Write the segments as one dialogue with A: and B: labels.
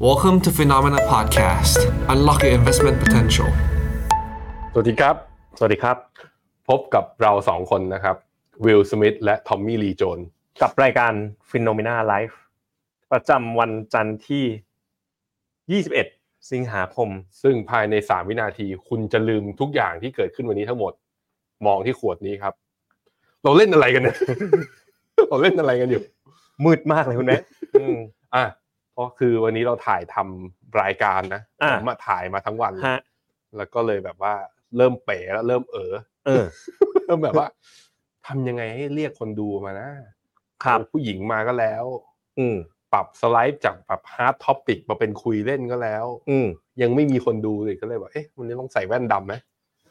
A: Welcome to Phenomena Podcast. Unlock your investment potential.
B: สวัสดีครับ
C: สวัสดีครับ
B: พบกับเราสองคนนะครับ วิลสมิธและทอมมี่ลีโจน
C: กับรายการ Phenomena Live ประจำวันจันทร์ที่ 21 สิงหาคม
B: ซึ่งภายใน 3 วินาทีคุณจะลืมทุกอย่างที่เกิดขึ้นวันนี้ทั้งหมด มองที่ขวดนี้ครับ เราเล่นอะไรกันเนี่ย เราเล่นอะไรกันอยู่
C: มืดมากเลยคุณแม่อืม
B: อ่ะเพราะคือวันนี้เราถ่ายทำรายการนะ
C: อ่ะ
B: ผมมาถ่ายมาทั้งวัน
C: ฮะ
B: แล้วก็เลยแบบว่าเริ่มเป๋แล้วเริ่มเอ อ
C: เออ
B: เริ่มแบบว่าทำยังไงให้เรียกคนดูมานะครับ เอาผู้หญิงมาก็แล้ว
C: อืม
B: ปรับสไลด์จากแบบฮาร์ดท็อปิกมาเป็นคุยเล่นก็แล้ว
C: อืม
B: ยังไม่มีคนดูเลยก็เลยแบบเอ๊ะวันนี้ต้องใส่แว่นดำไหม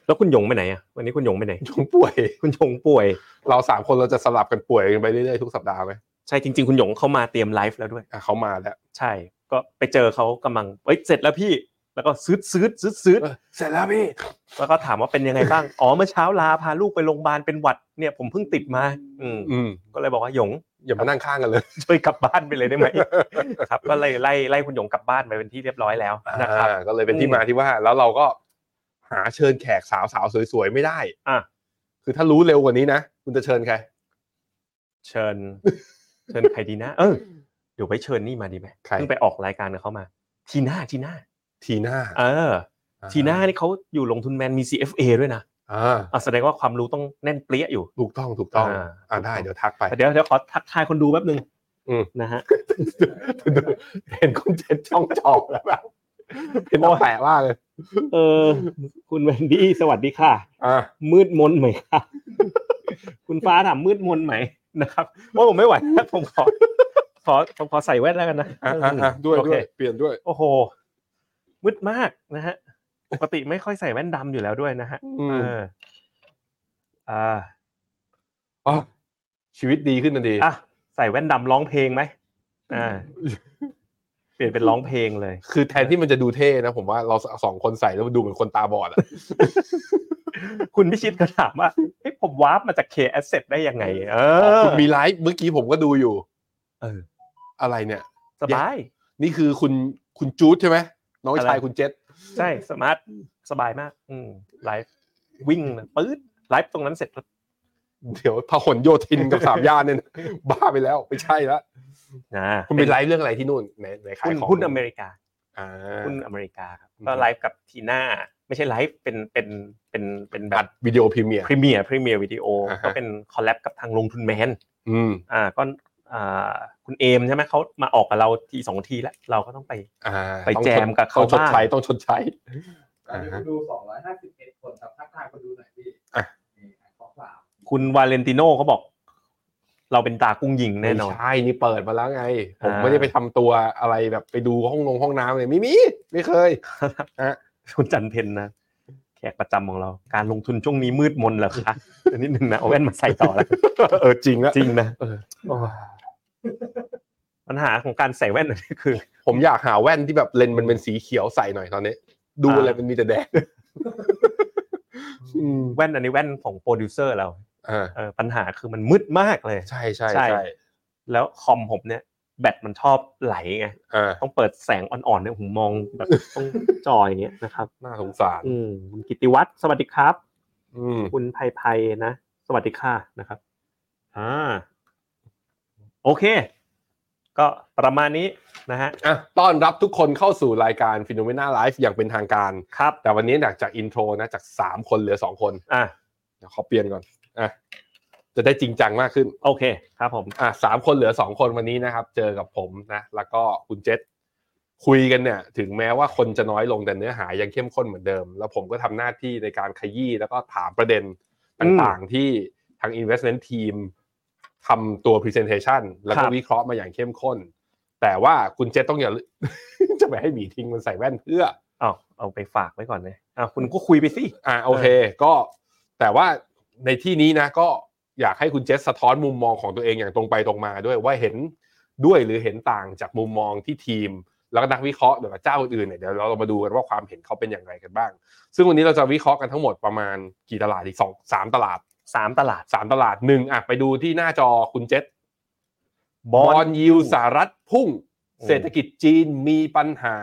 C: แล้วคุณหยงไปไหนอ่ะ วันนี้คุณหยงไปไหน
B: ชงป่วย
C: คุณหยงป่วย
B: เราสามคนเราจะสลับกันป่วยกันไปเรื่อยๆทุกสัปดาห์ไหม
C: ใช่จริง ๆ คุณหยงเข้ามาเตรียมไลฟ์แล้วด้วย
B: อ่ะเขามาแล้ว
C: ใช่ ก็ไปเจอเขากำลังเอ้ยเสร็จแล้วพี่ แล้วก็ซืดซืดซืดซืด
B: เออเสร็จแล้วพี่
C: แล้วก็ถามว่าเป็นยังไงบ้าง อ๋อ เมื่อเช้าลาพาลูกไปโรงพยาบาลเป็นหวัด เนี่ยผมเพิ่งติดมา อืม
B: อืม
C: ก็เลยบอกว่าหยง
B: อย่ามานั่งข้างกันเลย
C: ช่วยกลับบ้านไปเลยได้ไหม ครับก็เลยไล่ไล่คุณหยงกลับบ้านไปเป็นที่เรียบร้อยแล้วนะครับ
B: อ่าก็เลยเป็นที่
C: อืม
B: มาที่ว่า แล้วเราก็หาเชิญแขกสาวสาวๆสวยๆไม่ได้
C: อ่ะ
B: คือถ้ารู้เร็วกว่านี้นะคุณจะเชิญใคร
C: เชิ ญ เชิญใครดีนะ เออเดี๋ยวไปเชิญนี่มาดีไหม
B: ใคร
C: เพิ่งไปออกรายการกับเขามา ทีน่าทีน่า
B: ทีน่า
C: เออ ทีน่านี่เขาอยู่ลงทุนแมนมี CFA ด้วยนะ
B: อ่า
C: อ่ะแสดงว่าความรู้ต้องแน่นเปรี้ยอยู่
B: ถูกต้องถูกต้อง
C: อ่า
B: อ่าได้เดี๋ยวทักไป
C: เดี๋ยวเดี๋ยวขอทักทายคนดูแป๊บหนึ่ง
B: อืม
C: นะฮะ
B: เห็นคุณเจนจ้องจอกแล้วแบบเป็นตาแปะว่ากเลย
C: เออ คุณแวนดี้สวัสดีค่ะ
B: อ่า
C: มืดมนไหมครับ คุณฟ้าถามมืดมนไหมนะครับว่าผมไม่ไหวแล้วผมขอขอผมขอใส่แว่นแล้วกันนะ
B: อ่ะอ่ะอ่ะด้วย
C: โอเค
B: ด้วยเปลี่ยนด้วย
C: โอ้โห มืดมากนะฮะปกติไม่ค่อยใส่แว่นดำอยู่แล้วด้วยนะฮะ
B: อื
C: เอ
B: ม
C: ออ่า
B: อ๋อชีวิตดีขึ้นทันที
C: อ่ะใส่แว่นดำร้องเพลงไหมอ่า เปลี่ยนเป็นร้องเพลงเลย
B: คือแทนที่มันจะดูเท่นะ ผมว่าเราสองคนใส่แล้วมันดูเหมือนคนตาบอดอ่ะ
C: คุณพิชิตก็ถามว่าเอ้ยผมวาร์ปมาจาก K Asset ได้ยังไง เออ
B: คุณมีไลฟ์เมื่อกี้ผมก็ดูอยู่
C: เออ
B: อะไรเนี่ย
C: สบาย
B: นี่คือคุณคุณจูดใช่ไหมน้องชาย
C: อะไร
B: คุณเจษ
C: ใช่สมาร์ทสบายมาก อืมไลฟ์วิ่งนะปื๊ดไลฟ์ตรงนั้นเสร็จแล้ว
B: เดี๋ยวพหลโยธินกับสามย่านเนี่ยนะ บ้าไปแล้วไม่ใช่ละ
C: นะ
B: คุณเป็นไลฟ์เรื่องอะไรที่นู่นไหนไหนขาย
C: หุ้น
B: ของ
C: หุ้นอเมริกา
B: อ่า
C: หุ้นอเมริกาครับ
B: อืม
C: ก็ไลฟ์กับทีน่าไม่ใช่ไลฟ์เป็นเป็นเป็นเป็นแบ
B: อั
C: บ
B: ดวิดีโอพรีเมียร์
C: พรีเมียร์พรีเมียร์วิดีโอ
B: อ่าฮะ
C: ก็เป็นคอลแลบกับทางลงทุนแมน
B: อืม
C: อ่าก็อ่าคุณเอมใช่ไหมเขามาออกกับเราทีสองทีแล้ว เราก็ต้องไป
B: อ่า
C: ไปแจมกับเขา
B: ต้องชด
C: บ้าง
B: ใช้ต้องชดใช้
D: ตอนนี้คนดู 251 คนครับทักทายคนดูหน่อยพี่
B: อ่ะ
D: นี่อ่านข้อความ
C: คุณวาเลนติโน่เขาบอก เราเป็นตากุ้งยิงแน่นอน
B: ไม่ใช่นี่เปิดมาแล้วไง ผม
C: อ่า
B: ไม่ได้ไปทำตัวอะไรแบบไปดูห้องนงห้องน้ำเลยไม่มีไม่เคย อ่ะ
C: คุณจันเพนนะ แขกประจำของเรา การลงทุนช่วงนี้มืดมนเหรอ คะเดี๋ยวนิดนึงนะเอาแว่นมาใส่ต่อแล้ว
B: เออจริงแล้ว
C: จริงนะ
B: เออ
C: ปัญหาของการใส่แว่นอันนี้คือ
B: ผมอยากหาแว่นที่แบบเลนส์มันเป็นสีเขียวใส่หน่อยตอนนี้ ดูอะไร
C: อ่ามั
B: มันมีแต่แดงอืม
C: แว่นอันนี้แว่นของโปรดิวเซอร์เรา
B: อ่า
C: เออปัญหาคือมันมืดมากเลย
B: ใช่ใช่
C: ใช่
B: ใช่
C: แล้วคอมผมเนี่ย แบตมันชอบไหลไง
B: อ่า
C: ต้องเปิดแสงอ่อนๆเนี่ยผมมองแบบต้องจออย่างเงี้ยนะครับ
B: น่าสงสาร
C: อืมคุณกิติวัตรสวัสดีครับ
B: อืม
C: คุณไพไพนะ สวัสดีค่ะนะครับ อ่า โอเค ก็ประมาณนี้นะฮะ
B: อ่ะต้อนรับทุกคนเข้าสู่รายการ Phenomena Live อย่างเป็นทางการ
C: ครับ
B: แต่วันนี้หนักจากอินโทรนะจากสามคนเหลือสองคน
C: อ่ะ
B: เดี๋ยวขอเปลี่ยนก่อนอ่ะจะได้จริงจังมากขึ้น
C: โอเค ครับผม
B: อ่ะสามคนเหลือสองคนวันนี้นะครับ เจอกับผมนะ แล้วก็คุณเจษคุยกันเนี่ย ถึงแม้ว่าคนจะน้อยลงแต่เนื้อหายังเข้มข้นเหมือนเดิม แล้วผมก็ทำหน้าที่ในการขยี้แล้วก็ถามประเด็นต่างๆ ที่ทาง investment team ทำตัว presentation แล้วก็
C: ครับ
B: วิเคราะห์มาอย่างเข้มข้น แต่ว่าคุณเจษต้องอย่าลืม จะไปให้หมีทิ้งมันใส่แว่นเพื่อ
C: เอาเอาไปฝากไว้ก่อนเลยอ่ะคุณก็คุยไปสิ
B: อ่าโอเคก็แต่ว่าในที่นี้นะก็อยากให้คุณเจษสะท้อนมุมมองของตัวเองอย่างตรงไปตรงมาด้วยว่าเห็นด้วยหรือเห็นต่างจากมุมมองที่ทีม แล้วก็นักวิเคราะห์หรือว่าเจ้าอื่นๆเนี่ยเดี๋ยวเรามาดูกันว่าความเห็นเขาเป็นอย่างไรกันบ้าง ซึ่งวันนี้เราจะวิเคราะห์กันทั้งหมดประมาณกี่ตลาดอีกสองสามตลาด
C: สามตลาด
B: สามตลาดหนึ่งอ่ะไปดูที่หน้าจอคุณเจษ
C: บบ อ
B: อ
C: ล
B: ลยิวสหรัฐพุ่ง เศรษฐกิจจีนมีปัญหา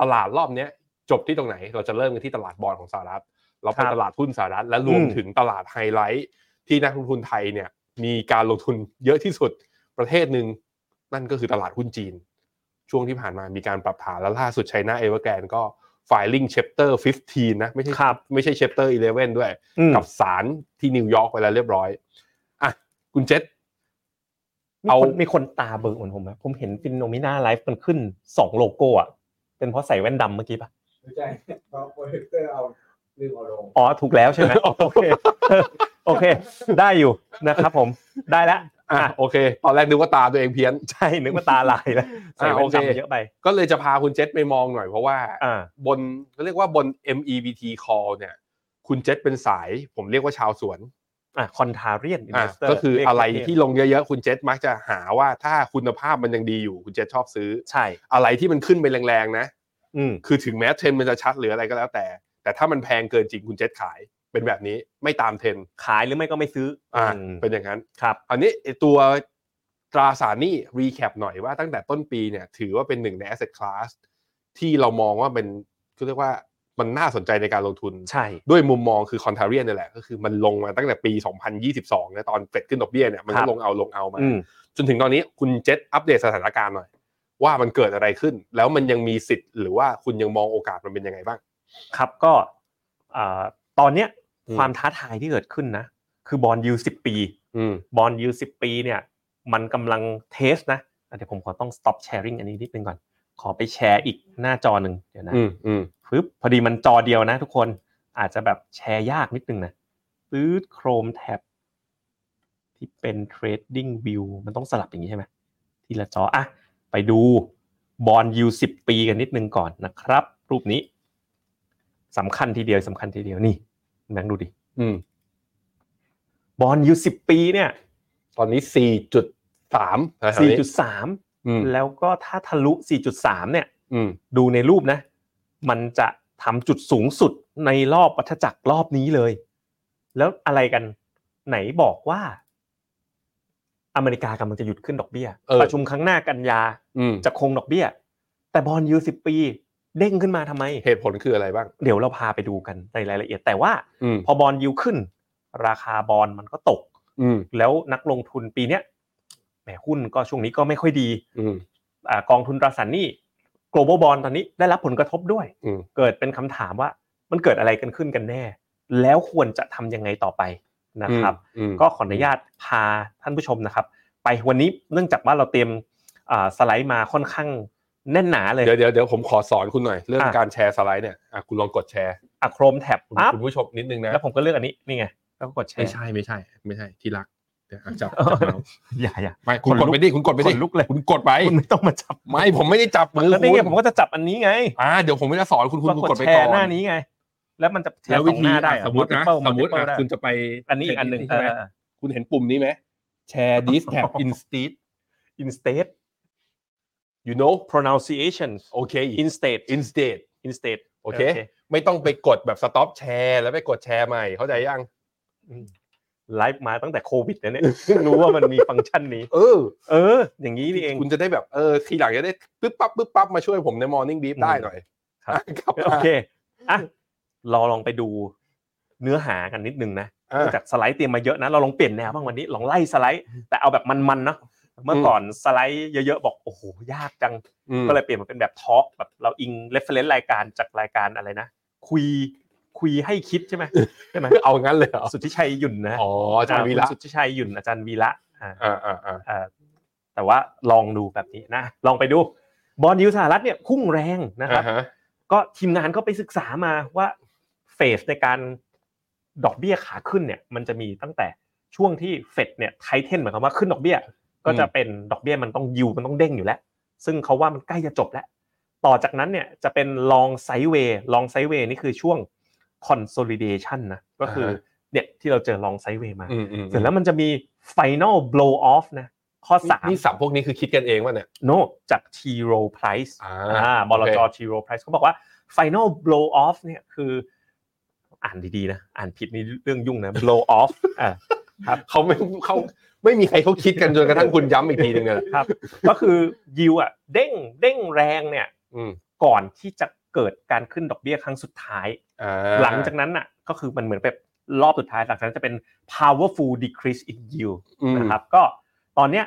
B: ตลาดรอบเนี้ยจบที่ตรงไหน เราจะเริ่มกันที่ตลาดบอลของสหรัฐ เราไป
C: ครับ
B: ตลาดหุ้นสหรัฐและรวม
C: อืม
B: ถึงตลาดไฮไลท์ที่นักลงทุนไทยเนี่ยมีการลงทุนเยอะที่สุดประเทศหนึ่งนั่นก็คือตลาดหุ้นจีน ช่วงที่ผ่านมามีการปรับฐานและล่าสุดไชน่าเอเวอร์แกนก็ไฟลิ่งเชปเตอร์15 นะไม่ใช่
C: ครับ
B: ไม่ใช่เชปเตอร์11 ด้วย
C: อืม
B: กับศาลที่นิวยอร์กไปแล้วเรียบร้อยอ่ะคุณเจษ
C: มี
B: เอา
C: ค
B: มี
C: นมีคนตาเบิกเหมือนผมไหมผมเห็นฟินโนมิน่าไลฟ์มันขึ้นสองโลโก้อ่ะเป็นเพราะใส่แว่นดำเมื่อกี้ปะ
D: ไม่ใช่เพราะโปรเจคเตอร์เอาลืมเอาลง
C: อ๋อถูกแล้วใช่ไหม โอเคโอเค ได้อยู่นะครับผมได้แล้ว
B: อ่ะโอเค ตอนแรกนึกว่าตาตัวเองเพี้ยน
C: ใช่นึกว่าตาลายแล้วใส่แว่น
B: อ่ะโอเค
C: ดำเยอะไป
B: ก็เลยจะพาคุณเจษไปมองหน่อยเพราะว่า
C: อ่า
B: บนเขาเรียกว่าบน MEVT call เนี่ย คุณเจษเป็นสาย ผมเรียกว่าชาวสวน
C: อ่ะคอนทาเรียน
B: อ่ะก็คืออะไรที่ลงเยอะๆ คุณเจษมักจะหาว่าถ้าคุณภาพมันยังดีอยู่ คุณเจษชอบซื้อ
C: ใช่
B: อะไรที่มันขึ้นไปแรงๆนะ
C: อืม
B: คือถึงแม้เทรนด์มันจะชัดหรืออะไรก็แล้วแต่ แต่ถ้ามันแพงเกินจริงคุณเจษขายเป็นแบบนี้ไม่ตามเทรนด์
C: ขายหรือไม่ก็ไม่ซื้อ
B: อ่า
C: อืม
B: เป็นอย่างนั้น
C: ครับ
B: อันนี้ไอ้ตัวตราสารหนี้รีแคปหน่อยว่าตั้งแต่ต้นปีเนี่ยถือว่าเป็นหนึ่งใน asset class ที่เรามองว่าเป็นเขาเรียกว่ามันน่าสนใจในการลงทุน
C: ใช่
B: ด้วยมุมมองคือคอนเทเรียนนี่แหละ ก็คือมันลงมาตั้งแต่ปี 2022นะตอนเฟดขึ้นดอกเบี้ยเนี่ยมัน
C: ครั
B: ก็
C: บ
B: ลงเอาลงเอามา
C: อืม
B: จนถึงตอนนี้คุณเจษอัปเดตสถานการณ์หน่อย ว่ามันเกิดอะไรขึ้น แล้วมันยังมีสิทธิ์ หรือว่าคุณยังมองโอกาสมันเป็นยังไงบ้าง
C: ครับก็อ่าตอนเนี้ย
B: อืม
C: ความท้าทายที่เกิดขึ้นนะ คือบอลยูสิบปี
B: อืม
C: บอลยูสิบปีเนี่ย มันกำลังเทสนะอ่ะเดี๋ยวผมขอต้อง stop sharing อันนี้นิดนึงก่อน ขอไปแชร์อีกหน้าจอหนึ่งเดี๋ยวนะ
B: อืมอืม
C: ปึ๊บพอดีมันจอเดียวนะทุกคนอาจจะแบบแชร์ยากนิดนึงนะซื้อ Chrome tab ที่เป็น trading view มันต้องสลับอย่างนี้ใช่ไหมทีละจออ่ะไปดูบอลยูสิบปีกันนิดนึงก่อนนะครับ รูปนี้สำคัญทีเดียวสำคัญทีเดียวนี่แบงค์ดูดิ
B: อืม
C: บอลยูสิบปีเนี่ย
B: ตอนนี้ 4.3นะแถวนี้
C: 4.3
B: อืม
C: แล้วก็ถ้าทะลุ 4.3 เนี่ย
B: อืม
C: ดูในรูปนะ มันจะทำจุดสูงสุดในรอบวัฏจักรรอบนี้เลย แล้วอะไรกันไหนบอกว่า อเมริกากำลังจะหยุดขึ้นดอกเบี้ย ประชุมครั้งหน้ากันยา
B: อืม
C: จะคงดอกเบี้ย แต่บอลยูสิบปี เด้งขึ้นมาทำไม
B: เหตุผลคืออะไรบ้าง
C: เดี๋ยวเราพาไปดูกันในรายละเอียด แต่ว่า
B: อืม
C: พอบอลยูขึ้น ราคาบอลมันก็ตก
B: อืม
C: แล้วนักลงทุนปีเนี้ยแหมหุ้นก็ช่วงนี้ก็ไม่ค่อยดี
B: อืม
C: อากองทุนตราสารหนี้ global bond ตอนนี้ได้รับผลกระทบด้วย
B: อืม
C: เกิดเป็นคำถามว่ามันเกิดอะไรกันขึ้นกันแน่ แล้วควรจะทำยังไงต่อไปนะครับ
B: อืม
C: ก็ขออนุญาตพาท่านผู้ชมนะครับ ไปวันนี้เนื่องจากว่าเราเตรียมอ่าสไลด์มาค่อนข้างแน่นหนาเลย
B: เดี๋ยวเดี๋ยวเดี๋ยวผมขอสอนคุณหน่อย เรื่อง
C: อ่ะ
B: การแชร์สไลด์เนี่ยอ่ะคุณลองกดแชร์
C: อะโครมแท็บ
B: คุณ
C: ปั๊บ
B: คุณผู้ชมนิดนึงนะ
C: แล้วผมก็เลือกอันนี้นี่ไงแล้วก็กดแช
B: ไม่
C: ร์
B: ใช่ไม่ใช่ ไม่ใช่ที่รักเดี๋ยวอ่ะจับ
C: เออ
B: จับเมาส์
C: อย่าอย่า
B: ไม่คุณ
C: ข
B: ก
C: น
B: ด
C: ลุก
B: ไปดิคุณกดไปดิ
C: ขนลุกเลย
B: คุณกดไป
C: คุณไม่ต้องมาจับ
B: ไม่ผมไม่ได้จับมือ
C: แล้ว
B: คุ
C: นี่ไง
B: ณ
C: ผมก็จะจับอันนี้ไง
B: อ่าเดี๋ยวผมไม่ได้สอนคุณคุณ
C: ก็
B: คุณ
C: ก
B: ก
C: ด
B: ดไป
C: แช
B: ก่อ
C: ร์หน้าน นี้ไง แล้วมันจะแช
B: แล้
C: ร์
B: ว
C: ส
B: วิ
C: อง
B: ธี
C: หน้าได้
B: อ่ะ
C: เห
B: ส
C: ร
B: มมตินะ
C: multiple
B: สมมติ
C: multiple
B: อ่ะ
C: ได้
B: คุณจะไป
C: อันนี้อีกอันหนึ่ง
B: ใช่ไหม
C: เออเออ
B: คุณเห็นปุ่มนี้ไหมแชร์ this tab instead
C: instead
B: you know
C: pronunciations
B: โอเค
C: instead
B: instead
C: instead
B: โอเค ไม่ต้องไปกดแบบ stop แชร์แล้วไปกดแชร์ใหม่เข้าใจยัง
C: ไลฟ์มาตั้งแต่โควิดนะเนี่ย เพิ่งรู้ว่ามันมีฟังก์ชันนี้
B: เออ
C: เออ อย่างนี้นี่เอง
B: คุณจะได้แบบเออทีหลังจะได้ปึ๊บปั๊บปึ๊บปั๊บมาช่วยผมในมอร์นิ่งบีฟได้หน่อย
C: ครับ
B: อ่ะครับ
C: โอเคอ่ะเราลองไปดูเนื้อหากันนิดนึงนะ
B: อ่ะ
C: เนื่องจากสไลด์เตรียมมาเยอะนะ เราลองเปลี่ยนแนวบ้างวันนี้ ลองไล่สไลด์ แต่เอาแบบมันๆเนาะเมื่อก่อนสไลด์เยอะๆ บอก โอ้โห ยากจัง
B: อืม
C: ก็เลยเปลี่ยนมาเป็นแบบทอล์กแบบเราอิงเรฟเฟรนซ์รายการจากรายการอะไรนะ คุยคุยให้คิดใช่ไหมใช่ไหม
B: เอางั้นเลยเหรอ
C: สุทธิชัยหยุ่นนะ
B: อ๋ออาจารย์วีระ
C: คุณสุทธิชัยหยุ่นอาจารย์วีระอ่า
B: อ่าอ่าอ่า
C: อ่าแต่ว่าลองดูแบบนี้นะ ลองไปดูบอลยูสหรัฐเนี่ยพุ่งแรงนะครับ
B: อ่าฮะ
C: ก็ทีมงานก็ไปศึกษามาว่าเฟสในการดอกเบี้ยขาขึ้นเนี่ย มันจะมีตั้งแต่ช่วงที่เฟดเนี่ยไทเทนหมายความว่าขึ้นดอกเบี้ย ก็จะเป็นดอกเบี้ยมันต้องยิวมันต้องเด้งอยู่แล้ว ซึ่งเขาว่ามันใกล้จะจบแล้ว ต่อจากนั้นเนี่ยจะเป็นลองไซด์เวย์ลองไซด์เวย์นี่คือช่วง consolidation นะก็คือเนี่ยที่เราเจอลองไซด์เวย์มา
B: อืมอืม
C: เสร็จแล้วมันจะมี final blow off นะ ข้อสาม
B: นี่สับพวกนี้คือคิดกันเองว่าเนี่ย
C: โนจาก t r o price
B: อ่า
C: อ่าบลจ
B: โอเค
C: t r o price เขาบอกว่า final blow off เนี่ยคือ อ่านดีๆนะ อ่านผิดนี่เรื่องยุ่งนะ blow off อ่า
B: เขาไม่เขา ไม่มีใครเขาคิดกันจนกระทั่งคุณย้ำอีกทีหนึ่งเลย
C: ครับ ก็คือยิวอ่ะเด้งเด้งแรงเนี่ย
B: อืม
C: ก่อนที่จะเกิดการขึ้นดอกเบี้ยครั้งสุดท้าย
B: อ่า
C: หลังจากนั้นอ่ะก็คือมันเหมือนแบบรอบสุดท้ายหลังจากนั้นจะเป็น powerful decrease in yield
B: อืม
C: นะครับก็ตอนเนี้ย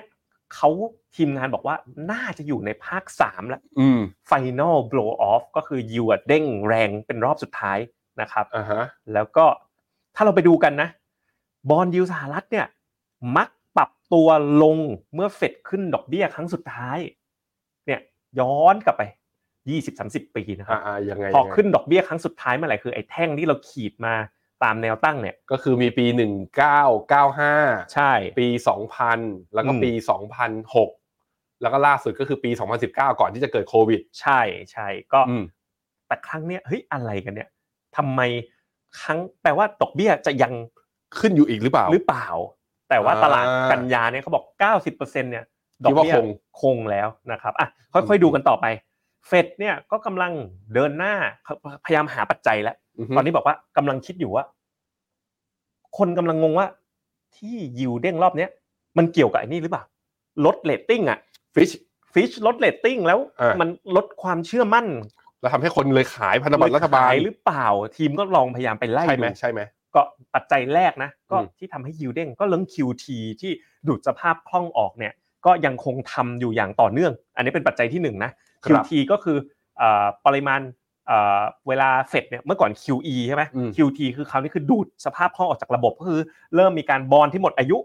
C: เขาทีมงานบอกว่าน่าจะอยู่ในภาค 3 แล้ว
B: อืม
C: final blow off ก็คือยิวอะเด้งแรงเป็นรอบสุดท้ายนะครับ
B: อ่าฮะ
C: แล้วก็ถ้าเราไปดูกันนะ บอลยิวสหรัฐเนี่ยมักปรับตัวลงเมื่อเฟดขึ้นดอกเบี้ยครั้งสุดท้ายเนี่ยย้อนกลับไป 20-30 ปีนะครับ
B: อ่าอ่ายังไง
C: พอ
B: ยังไง
C: ขึ้นดอกเบี้ยครั้งสุดท้ายเมื่อไหร่คือไอ้แท่งที่เราขีดมาตามแนวตั้งเนี่ย
B: ก็คือมีปีหนึ่งเก้าเก้าห้า
C: ใช่
B: ปีสองพันแล้วก็
C: อืม
B: ปีสองพันหกแล้วก็ล่าสุดก็คือปีสองพันสิบเก้าก่อนที่จะเกิดโควิด
C: ใช่ใช่ก็
B: อืม
C: แต่ครั้งเนี้ยเฮ้ยอะไรกันเนี่ยทำไมครั้งแปลว่าดอกเบี้ยจะยัง
B: ขึ้นอยู่อีกหรือเปล่า
C: หรือเปล่า แต่ว่า
B: อ่า
C: ตลาดกันยาเนี่ยเขาบอก 90%เนี่ยดอ
B: คิ
C: ก
B: ดว่า
C: เบี้ย
B: คง
C: คงแล้วนะครับอ่ะค่อยๆดูกันต่อไปเฟดเนี่ยก็กำลังเดินหน้าพยายามหาปัจจัยแล้ว
B: ฮึ
C: ตอนนี้บอกว่ากำลังคิดอยู่ว่า คนกำลังงงว่า ที่ยิวเด้งรอบเนี้ยมันเกี่ยวกับไอ้นี่หรือเปล่าลดเลตติ้งอะ
B: ฟิช
C: ฟิชลดเลตติ้งแล้ว
B: อ่ามั
C: มันลดความเชื่อมั่น
B: แล้วทำให้คนเลยขายพันธบัตรรัฐบาล
C: ขยหรือเปล่า ทีมก็ลองพยายามไปไล่
B: ใช่ไหม
C: ดู
B: ใช่ไหม
C: ก็ปัจจัยแรกนะ ก็
B: อืม
C: ที่ทำให้ยิวเด้งก็เรื่อง QT ที่ดูดสภาพคล่องออกเนี่ย ก็ยังคงทำอยู่อย่างต่อเนื่อง อันนี้เป็นปัจจัยที่หนึ่งนะ
B: ครับ
C: QT ก็คือเอ่อปริมาณเอ่อเวลาเฟดเนี่ยเมื่อก่อน QE ใช่ไหม
B: อืม
C: QT คือคราวนี้คือดูดสภาพคล่องออกจากระบบก็คือ เริ่มมีการบอลที่หมดอายุ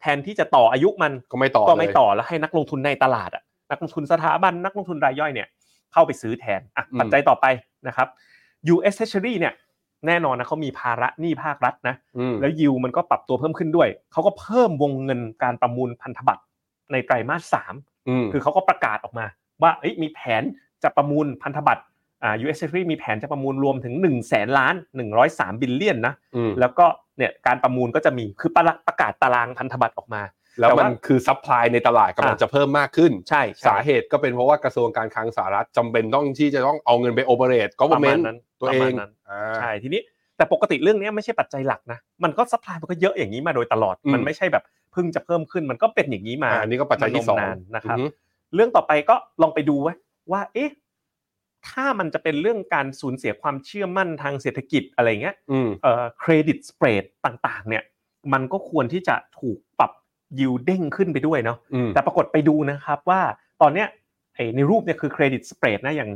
C: แทนที่จะต่ออายุมัน
B: ก็ไม่ต่อ
C: ก็ไม่
B: เลย
C: ต่อแล้วให้นักลงทุนในตลาดอะนักลงทุนสถาบันนักลงทุนรายย่อยเนี่ยเข้าไปซื้อแทนอ่ะ
B: อืม
C: ปัจจัยต่อไปนะครับ US Treasury เนี่ยแน่นอนนะเขามีภาระหนี้ภาครัฐนะ
B: อืม
C: แล้วยิวมันก็ปรับตัวเพิ่มขึ้นด้วย เขาก็เพิ่มวงเงินการประมูลพันธบัตรในไตรมาสสาม
B: อืม
C: คือเขาก็ประกาศออกมาว่าเอ้ยมีแผนจะประมูลพันธบัตรอ่า US Treasury มีแผนจะประมูลรวมถึง 1 0 0 0 0 0ล้าน 103 บิลเลียนนะ
B: ม
C: แล้วก็เนี่ยการประมูลก็จะมีคือประประกาศตารางพันธบัตรออกมา
B: แล้ว
C: แต่
B: มั
C: ว่าน
B: คือซัพพลายในตลาดกำลัง
C: อ่ะ
B: จะเพิ่มมากขึ้น
C: ใช่ใช่
B: สาเหตุก็เป็นเพราะว่ากระทรวงการคลังสหรัฐจำเป็นต้องที่จะต้องเอาเงินไปโอเปเรตก็
C: ป
B: เปอ
C: ระ
B: ร์เม
C: มา
B: น
C: ณ
B: ต์
C: นั้น
B: ตัว
C: ป
B: เอ
C: ระมาณ
B: ง
C: นั้น
B: อ่า
C: ใช่ทีนี้แต่ปกติเรื่องเนี้ยไม่ใช่ปัจจัยหลักนะ มันก็สัพพลายมันก็เยอะอย่างนี้มาโดยตลอด
B: อืม
C: มันไม่ใช่แบบเพิ่งจะเพิ่มขึ้นมันก็เป็นอย่างนี้มา
B: อ่าอันนี้ก็ปัจจัยที่สอง
C: มันลงนานนะครับ
B: อือฮึ
C: เรื่องต่อไปก็ลองไปดูไว้ว่า เอ๊ะถ้ามันจะเป็นเรื่องการสูญเสียความเชื่อมั่นทางเศรษฐกิจอะไรเงี้ย
B: อืม
C: เครดิตสเปรดต่างๆ เนี่ย มันก็ควรที่จะถูกปรับยิวเด้งขึ้นไปด้วยเนาะ
B: อืม
C: แต่ปรากฏไปดูนะครับว่าตอนเนี้ยไอ้ในรูปเนี่ยคือเครดิตสเปรดนะอย่าง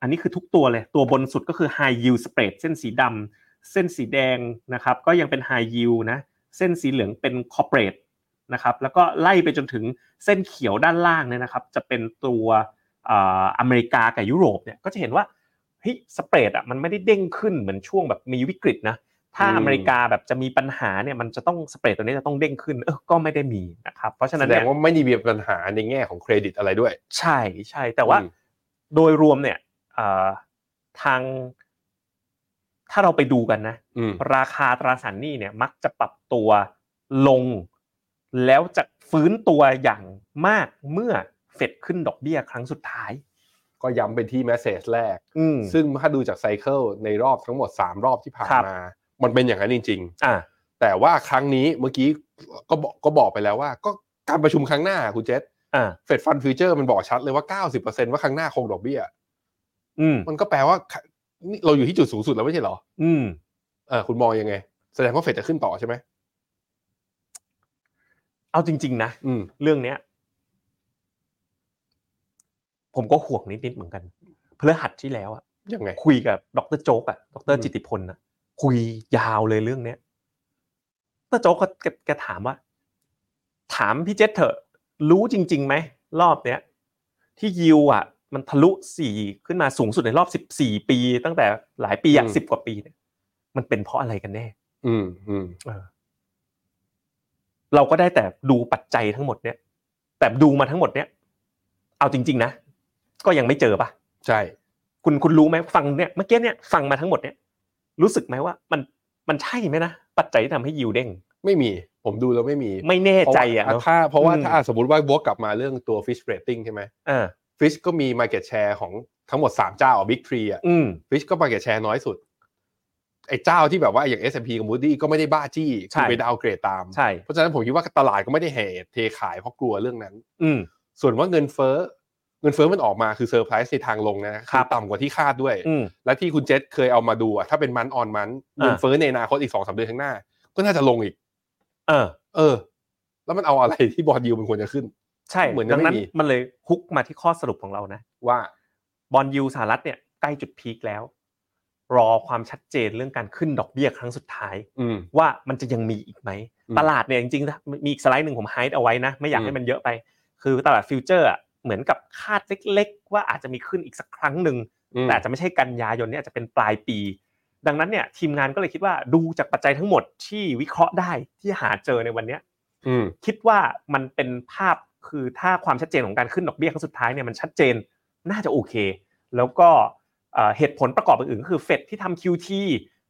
C: อันนี้คือทุกตัวเลย ตัวบนสุดก็คือ High Yield Spread เส้นสีดำเส้นสีแดงนะครับ ก็ยังเป็น High Yield นะ เส้นสีเหลืองเป็น Corporate นะครับแล้วก็ไล่ไปจนถึงเส้นเขียวด้านล่างเนี่ยนะครับ จะเป็นตัวเอ่ออเมริกากับยุโรปเนี่ยก็จะเห็นว่าเฮ้ยสเปรดอ่ะมันไม่ได้เด้งขึ้นเหมือนช่วงแบบมีวิกฤตนะ ถ้า
B: อืม
C: อเมริกาแบบจะมีปัญหาเนี่ยมันจะต้องสเปรดตัวนี้จะต้องเด้งขึ้นเออก็ไม่ได้มีนะครับเพราะฉะนั้
B: แส
C: น
B: ด
C: เนี่
B: ง
C: ย
B: ว่าไม่ได้มีปัญหาในแง่ของเครดิตอะไรด้วย
C: ใช่ใช่แต่ว่า
B: อืม
C: โดยรวมเนี่ยเอ่อทาง ถ้าเราไปดูกันนะ
B: อืม
C: ราคาตราสารหนี้เนี่ยมักจะปรับตัวลง แล้วจะฟื้นตัวอย่างมากเมื่อเฟดขึ้นดอกเบี้ยครั้งสุดท้าย
B: ก็ย้ำเป็นที่แมสเซจแรก
C: อืม
B: ซึ่งถ้าดูจากไซเคิลในรอบทั้งหมด 3 รอบที่ผ่าน
C: ครับ
B: มา มันเป็นอย่างนั้นจริง
C: อ่า
B: ๆ แต่ว่าครั้งนี้เมื่อกี้ก็บอกก็บอกไปแล้วว่า ก็การประชุมครั้งหน้าคุณเจษ
C: อ่า
B: เฟดฟันฟิวเจอร์มันบอกชัดเลยว่า 90%ว่าครั้งหน้าคงดอกเบี้ย
C: อืม
B: มันก็แปลว่านี่เราอยู่ที่จุดสูงสุดแล้วไม่ใช่เหรอ
C: อืม
B: เออคุณมองยังไง แสดงว่าเฟดจะขึ้นต่อใช่ไหม
C: เอาจริง ๆ นะ
B: อืม
C: เรื่องเนี้ย ผมก็ห่วงนิด ๆ เหมือนกันพฤหัสที่แล้วอะ
B: ยังไง
C: คุยกับดรโจ๊กอะดร
B: อืม
C: จิติพลอะคุยยาวเลยเรื่องเนี้ยดรโจ๊กก็แกแกถามว่า ถามพี่เจษเถอะ รู้จริง ๆ ไหม รอบเนี้ย ที่ยิวอะมันทะลุสี่ขึ้นมาสูงสุดในรอบสิบสี่ปี ตั้งแต่หลายปีอะสิบกว่าปีเนี่ยมันเป็นเพราะอะไรกันแน่
B: อืมอืม
C: เราก็ได้แต่ดูปัจจัยทั้งหมดเนี่ย แต่ดูมาทั้งหมดเนี่ย เอาจริง ๆ นะ ก็ยังไม่เจอปะ
B: ใช่
C: คุณคุณรู้ไหมฟังเนี่ยเมื่อกี้เนี่ยฟังมาทั้งหมดเนี่ย รู้สึกไหมว่ามันมันใช่ไหมนะปัจจัยที่ทำให้ยิวเด้ง
B: ไม่มี ผมดูแล้วไม่มี
C: ไม่แน่ใจอ่ะ
B: เพรา
C: เน
B: ว่า
C: อะ
B: ถ้าเพราะว่า
C: อืม
B: ถ้าสมมติว่าบวกกลับมาเรื่องตัว fish rating ใช่ไหม
C: อ่า
B: ฟิชก็มี Market Share ของทั้งหมด 3 เจ้าบิ๊กทรีอ่ะ
C: อืม
B: ฟิชก็ Market Share น้อยสุด ไอ้เจ้าที่แบบว่าอย่าง S&P กับ Moody ก็ไม่ได้บ้าจี้
C: ใช่
B: คือไปดาวน์เกรดตาม
C: ใช่
B: เพราะฉะนั้นผมคิดว่าตลาดก็ไม่ได้แห่เทขายเพราะกลัวเรื่องนั้น
C: อืม
B: ส่วนว่าเงินเฟ้อเงินเฟ้อมันออกมาคือเซอร์ไพรส์ในทางลงนะ
C: ค
B: คื
C: รั
B: อบ ต่ำกว่าที่คาดด้วย
C: อืม
B: และที่คุณเจษเคยเอามาดูอะถ้าเป็นมันออนมัน
C: อ่า
B: เงินเฟ้อในอนาคตอีกสองสามเดือนข้างหน้า ก็น่าจะลงอีก
C: เออ
B: เออ แล้วมันเอาอะไรที่บอลยูมันควรจะขึ้น
C: ใช่
B: เหมือนยั
C: ดั
B: ง
C: ง
B: ไม่
C: นั้น
B: มี
C: มันเลยฮุกมาที่ข้อสรุปของเรานะ
B: ว่า
C: บอลยูสหรัฐเนี่ยใกล้จุดพีคแล้ว รอความชัดเจนเรื่องการขึ้นดอกเบี้ยครั้งสุดท้าย
B: อืม
C: ว่ามันจะยังมีอีกไหม
B: อืม
C: ตลาดเนี่ยจริงๆนะมีอีกสไลด์หนึ่งผมไฮด์เอาไว้นะ ไม่อยาก
B: อืม
C: ให้มันเยอะไป คือตลาดฟิวเจอร์อะเหมือนกับคาดเล็กๆ ว่าอาจจะมีขึ้นอีกสักครั้งหนึ่ง
B: อืม
C: แต่อาจจะไม่ใช่กันยายนเนี่ยอาจจะเป็นปลายปี ดังนั้นเนี่ยทีมงานก็เลยคิดว่าดูจากปัจจัยทั้งหมดที่วิเคราะห์ได้ที่หาเจอในวันเนี้ย
B: อืม
C: คิดว่ามันเป็นภาพคือถ้าความชัดเจนของการขึ้นดอกเบี้ยครั้งสุดท้ายเนี่ยมันชัดเจนน่าจะโอเค แล้วก็เอ่อเหตุผลประกอบอื่นๆก็คือเฟดที่ทำ QT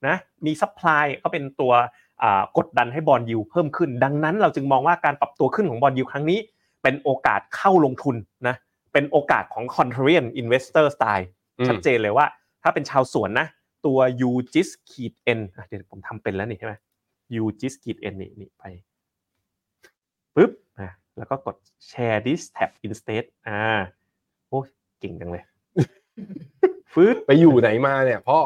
C: นะมีซัพพลายก็เป็นตัวอ่ากดดันให้บอลยูเพิ่มขึ้น ดังนั้นเราจึงมองว่าการปรับตัวขึ้นของบอลยูครั้งนี้ เป็นโอกาสเข้าลงทุนนะเป็นโอกาสของ contrarian investor style
B: อืม
C: ชัดเจนเลยว่าถ้าเป็นชาวสวนนะ ตัว u g i s ขีด n อ่ะเดี๋ยวผมทำเป็นแล้วนี่ใช่ไหม u g i s ขีด n นี่นี่ไปปึ๊บอ่ะแล้วก็กด share this tab instead อ่าโอ้ยเก่งจัง เลยฟืด
B: ไปอยู่ไหนมาเนี่ย พ่อ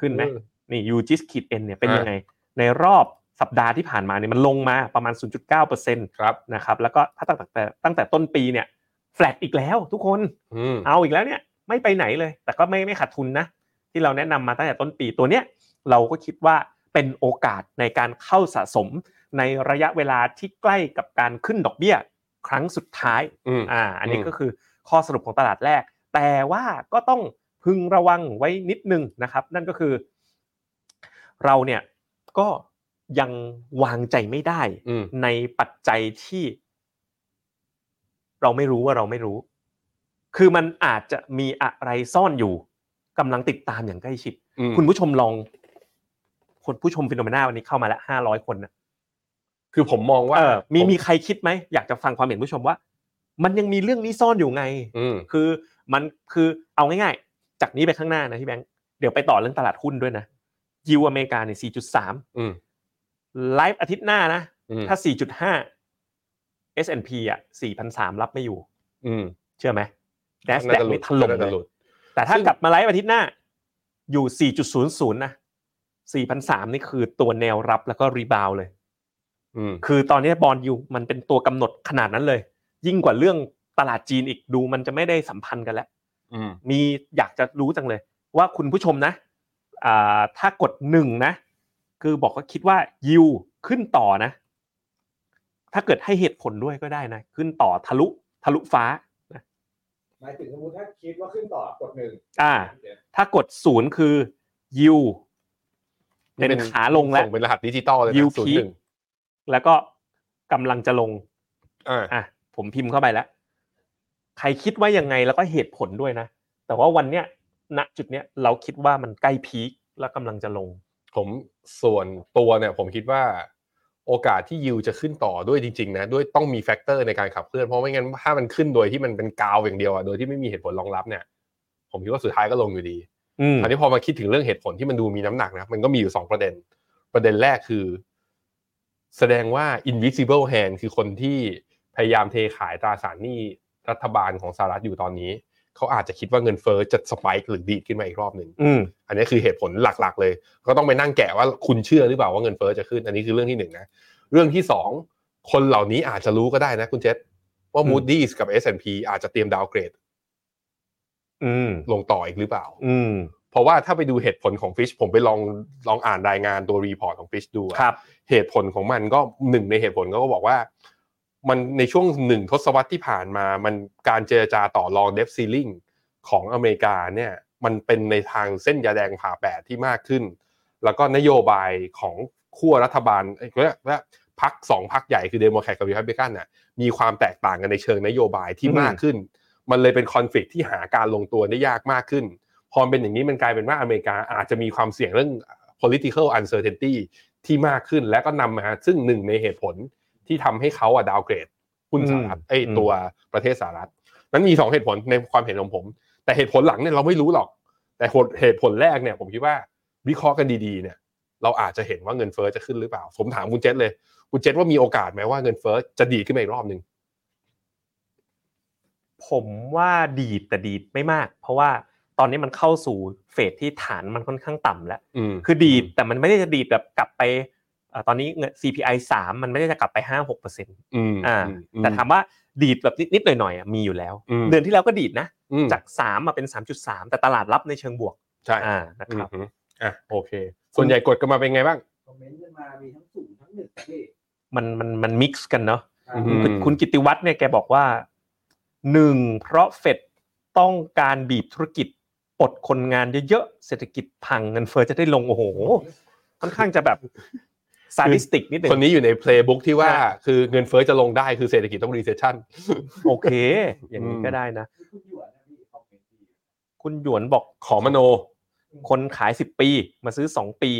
C: ขึ้นไหม
B: เออ
C: นี่ยูจิสขีดเอ็นเนี่ยเป็น
B: อ่ายั
C: ยังไง ในรอบสัปดาห์ที่ผ่านมาเนี่ยมันลงมาประมาณ 0.9%
B: ครับ
C: นะครับแล้วก็ถ้าตั้งแต่ตั้งแต่ต้นปีเนี่ยแฟลตอีกแล้วทุกคน
B: อืม
C: เอาอีกแล้วเนี่ยไม่ไปไหนเลย แต่ก็ไม่ไม่ขาดทุนนะ ที่เราแนะนำมาตั้งแต่ต้นปีตัวเนี้ยเราก็คิดว่าเป็นโอกาสในการเข้าสะสมในระยะเวลาที่ใกล้กับการขึ้นดอกเบี้ย ครั้งสุดท้าย
B: อืม
C: อ่า อันนี้
B: อืม
C: ก็คือข้อสรุปของตลาดแรก แต่ว่าก็ต้องพึงระวังไว้นิดนึงนะครับ นั่นก็คือ เราเนี่ยก็ยังวางใจไม่ได้
B: อืม
C: ในปัจจัยที่ เราไม่รู้ว่าเราไม่รู้ คือมันอาจจะมีอะไรซ่อนอยู่กำลังติดตามอย่างใกล้ชิด
B: อืม
C: คุณผู้ชมลอง คนผู้ชมฟิโนเมนาวันนี้เข้ามาละห้าร้อยคนนะ
B: คือผมมองว่า
C: เออมี
B: ผ
C: มีใครคิดไหม อยากจะฟังความเห็นผู้ชมว่า มันยังมีเรื่องนี้ซ่อนอยู่ไง
B: อืม
C: คือมันคือเอาง่ายๆ จากนี้ไปข้างหน้านะพี่แบงค์เดี๋ยวไปต่อเรื่องตลาดหุ้นด้วยนะยิวอเมริกาเนี่ย
B: อืม
C: 4.3ไลฟ์อาทิตย์หน้านะ
B: อืม
C: ถ้า 4.5 S&P อ่ะ4,003 รับไม่อยู่
B: อืม
C: เชื่อไหม n a s
B: น่า
C: d a
B: จะ
C: q
B: หลุด
C: นี่ถล่ม
B: น่า
C: เล
B: จะ
C: ย
B: หลุด
C: แต่ถ้า
B: ซึ่ง
C: กลับมาไลฟ์อาทิตย์หน้า อยู่ 4.00 นะ4,003 นี่คือตัวแนวรับแล้วก็รีบาวด์เลย
B: อืม
C: คือตอนนี้บอลยูมันเป็นตัวกำหนดขนาดนั้นเลย ยิ่งกว่าเรื่องตลาดจีนอีกดูมันจะไม่ได้สัมพันธ์กันแล้ว
B: อืม
C: มีอยากจะรู้จังเลย ว่าคุณผู้ชมนะอ่าถ้ากดหนึ่งนะ คือบอกว่าคิดว่ายิวขึ้นต่อนะ ถ้าเกิดให้เหตุผลด้วยก็ได้นะ ขึ้นต่อทะลุทะลุฟ้านะ
D: หมายถึงสมมติถ้าคิดว่าขึ้นต่อกดหนึ่ง
C: อ่า ถ้ากดศูนย์คือยิวเป็น
B: เป็น
C: ขาลงแล้ว
B: ส่งเป็นรหัสดิจิตอลเลย
C: ยิว
B: นะศูน
C: พี
B: ย์ห
C: ค
B: นึ่ง
C: แล้วก็กำลังจะลง
B: อ่า
C: อ่ะผมพิมพ์เข้าไปแล้ว ใครคิดว่ายังไงแล้วก็เหตุผลด้วยนะ แต่ว่าวันเนี้ยณจุดเนี้ยเราคิดว่ามันใกล้พีคแล้วกำลังจะลง
B: ผมส่วนตัวเนี่ยผมคิดว่าโอกาสที่ยิวจะขึ้นต่อด้วยจริงๆนะด้วยต้องมีแฟกเตอร์ในการขับเคลื่อนเพราะไม่งั้นถ้ามันขึ้นโดยที่มันเป็นกาวอย่างเดียวอะโดยที่ไม่มีเหตุผลรองรับเนี่ย ผมคิดว่าสุดท้ายก็ลงอยู่ดี
C: อืม
B: คราวนี้พอมาคิดถึงเรื่องเหตุผลที่มันดูมีน้ำหนักนะมันก็มีอยู่สองประเด็น ประเด็นแรกคือ แสดงว่า invisible hand คือคนที่พยายามเทขายตราสารหนี้รัฐบาลของสหรัฐอยู่ตอนนี้เขาอาจจะคิดว่าเงินเฟ้อจะสไปค์หรือดีดขึ้นมาอีกรอบหนึ่ง
C: อืม
B: อันนี้คือเหตุผลหลักๆ เลย ก็ต้องไปนั่งแกะว่าคุณเชื่อหรือเปล่าว่าเงินเฟ้อจะขึ้น อันนี้คือเรื่องที่หนึ่งนะ เรื่องที่สองคนเหล่านี้อาจจะรู้ก็ได้นะคุณเจษว่า
C: อืม
B: Moody's กับ S&P อาจจะเตรียมดาวเกรด
C: อืม
B: ลงต่ออีกหรือเปล่า
C: อืม
B: เพราะว่าถ้าไปดูเหตุผลของฟิชผมไปลองลองอ่านรายงานตัวรีพอร์ตของฟิชดูอะ
C: ครับ
B: เหตุผลของมันก็หนึ่งในเหตุผลก็บอกว่า มันในช่วงหนึ่งทศวรรษที่ผ่านมา มันการเจรจาต่อรองเดฟซีลิงของอเมริกาเนี่ยมันเป็นในทางเส้นยาแดงผ่าแปดที่มากขึ้น แล้วก็นโยบายของขั้วรัฐบาลเอ้ยเรียกว่าพักสองพักใหญ่คือเดโมแครตกับรีพับลิกันน่ะมีความแตกต่างกันในเชิงนโยบายที่
C: อืม
B: มากขึ้น มันเลยเป็นคอนฟ lict ที่หาการลงตัวได้ยากมากขึ้น พอเป็นอย่างนี้มันกลายเป็นว่าอเมริกาอาจจะมีความเสี่ยงเรื่อง political uncertainty ที่มากขึ้นและก็นำมาซึ่งหนึ่งในเหตุผลที่ทำให้เขาอะดาวเกรดหุ้นสหรัฐไอ้ย
C: อืม
B: ตัวประเทศสหรัฐ นั้นมีสองเหตุผลในความเห็นของผม แต่เหตุผลหลังเนี่ยเราไม่รู้หรอก แต่เหตุผลแรกเนี่ยผมคิดว่า วิเคราะห์กันดีๆเนี่ยเราอาจจะเห็นว่าเงินเฟ้อจะขึ้นหรือเปล่า ผมถามคุณเจษเลย คุณเจษว่ามีโอกาสไหมว่าเงินเฟ้อจะดีขึ้นมาอีกรอบหนึ่ง
C: ผมว่าดีดแต่ดีดไม่มาก เพราะว่าตอนนี้มันเข้าสู่เฟสที่ฐานมันค่อนข้างต่ำแล้ว
B: อืม
C: คือดีดแต่มันไม่ได้จะดีดแบบกลับไปเอ่อตอนนี้เงิน CPI สามมันไม่ได้จะกลับไปห้าหกเปอร์เซ็นต์
B: อืม
C: อ่า
B: อือื
C: แต่ถามว่าดีดแบบนิดๆหน่อยๆอ่ะมีอยู่แล้ว
B: อืม
C: เดือนที่แล้วก็ดีดนะ
B: อืม
C: จากสามมาเป็นสามจุดสามแต่ตลาดรับในเชิงบวก
B: ใช่
C: อ่านะครับ
B: อืมอ่ะโอเค ส่วนใหญ่กดกันมาเป็นไงบ้าง
D: คอมเมนต์ขึ้นมามีทั้งสูงทั้งหนึ่งพี่
C: มันมันมันมิกซ์กันเนาะ
D: ครับ
B: อืม
C: คุณคุณกิติวัฒน์เนี่ยแกบอกว่าหนึ่งเพราะเฟดต้องการบีบธุรกิจปลดคนงานเยอะๆ เศรษฐกิจพังเงินเฟ้อจะได้ลงโอ้โหค่อนข้างจะ แบบซาดิสติกนิดหนึ่ง
B: คนนี้อยู่ในเพลย์บุ๊กที่ว่า
C: ใช่
B: คือเงินเฟ้อจะลงได้คือเศรษฐกิจต้องรีเซชชัน
C: โอ เค อย่างนี้ก็ได้นะ
D: คุณหยวนนะพี่คอมเมนต์ดี
C: คุณหยวนบอก
B: ขอมโน
C: คนขาย 10 ปี มาซื้อ 2 ปี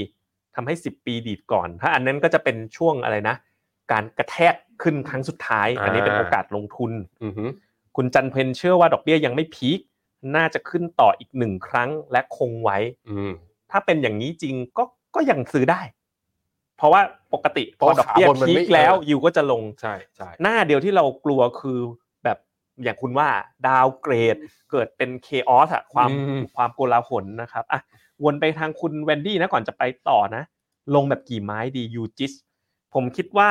C: ทำให้ 10 ปีดีดก่อน ถ้าอันนั้นก็จะเป็นช่วงอะไรนะ การกระแทกขึ้นครั้งสุดท้าย อันนี้เป็น
B: อ่า
C: โอกาสลงทุน
B: อือหือ
C: คุณจันเพนเชื่อว่าดอกเบี้ยยังไม่พีคน่าจะขึ้นต่ออีกหนึ่งครั้งและคงไว้
B: อืม
C: ถ้าเป็นอย่างนี้จริงก็ก็ยังซื้อได้ เพราะว่าปกติพ
B: เพราะ
C: อ
B: ว่า
C: ดอกเบี้ย
B: ขาบนมัน
C: พี
B: ไม่
C: คแล้ว
B: เอออ
C: ยูก็จะลง
B: ใช่ใช่
C: หน้าเดียวที่เรากลัวคือแบบอย่างคุณว่าดาวเกรด เกิดเป็นเคออสอะความ
B: อื
C: ความโกลาหลนะครับอ่ะวนไปทางคุณแวนดี้นะก่อนจะไปต่อนะ ลงแบบกี่ไม้ดียูจิสผมคิดว่า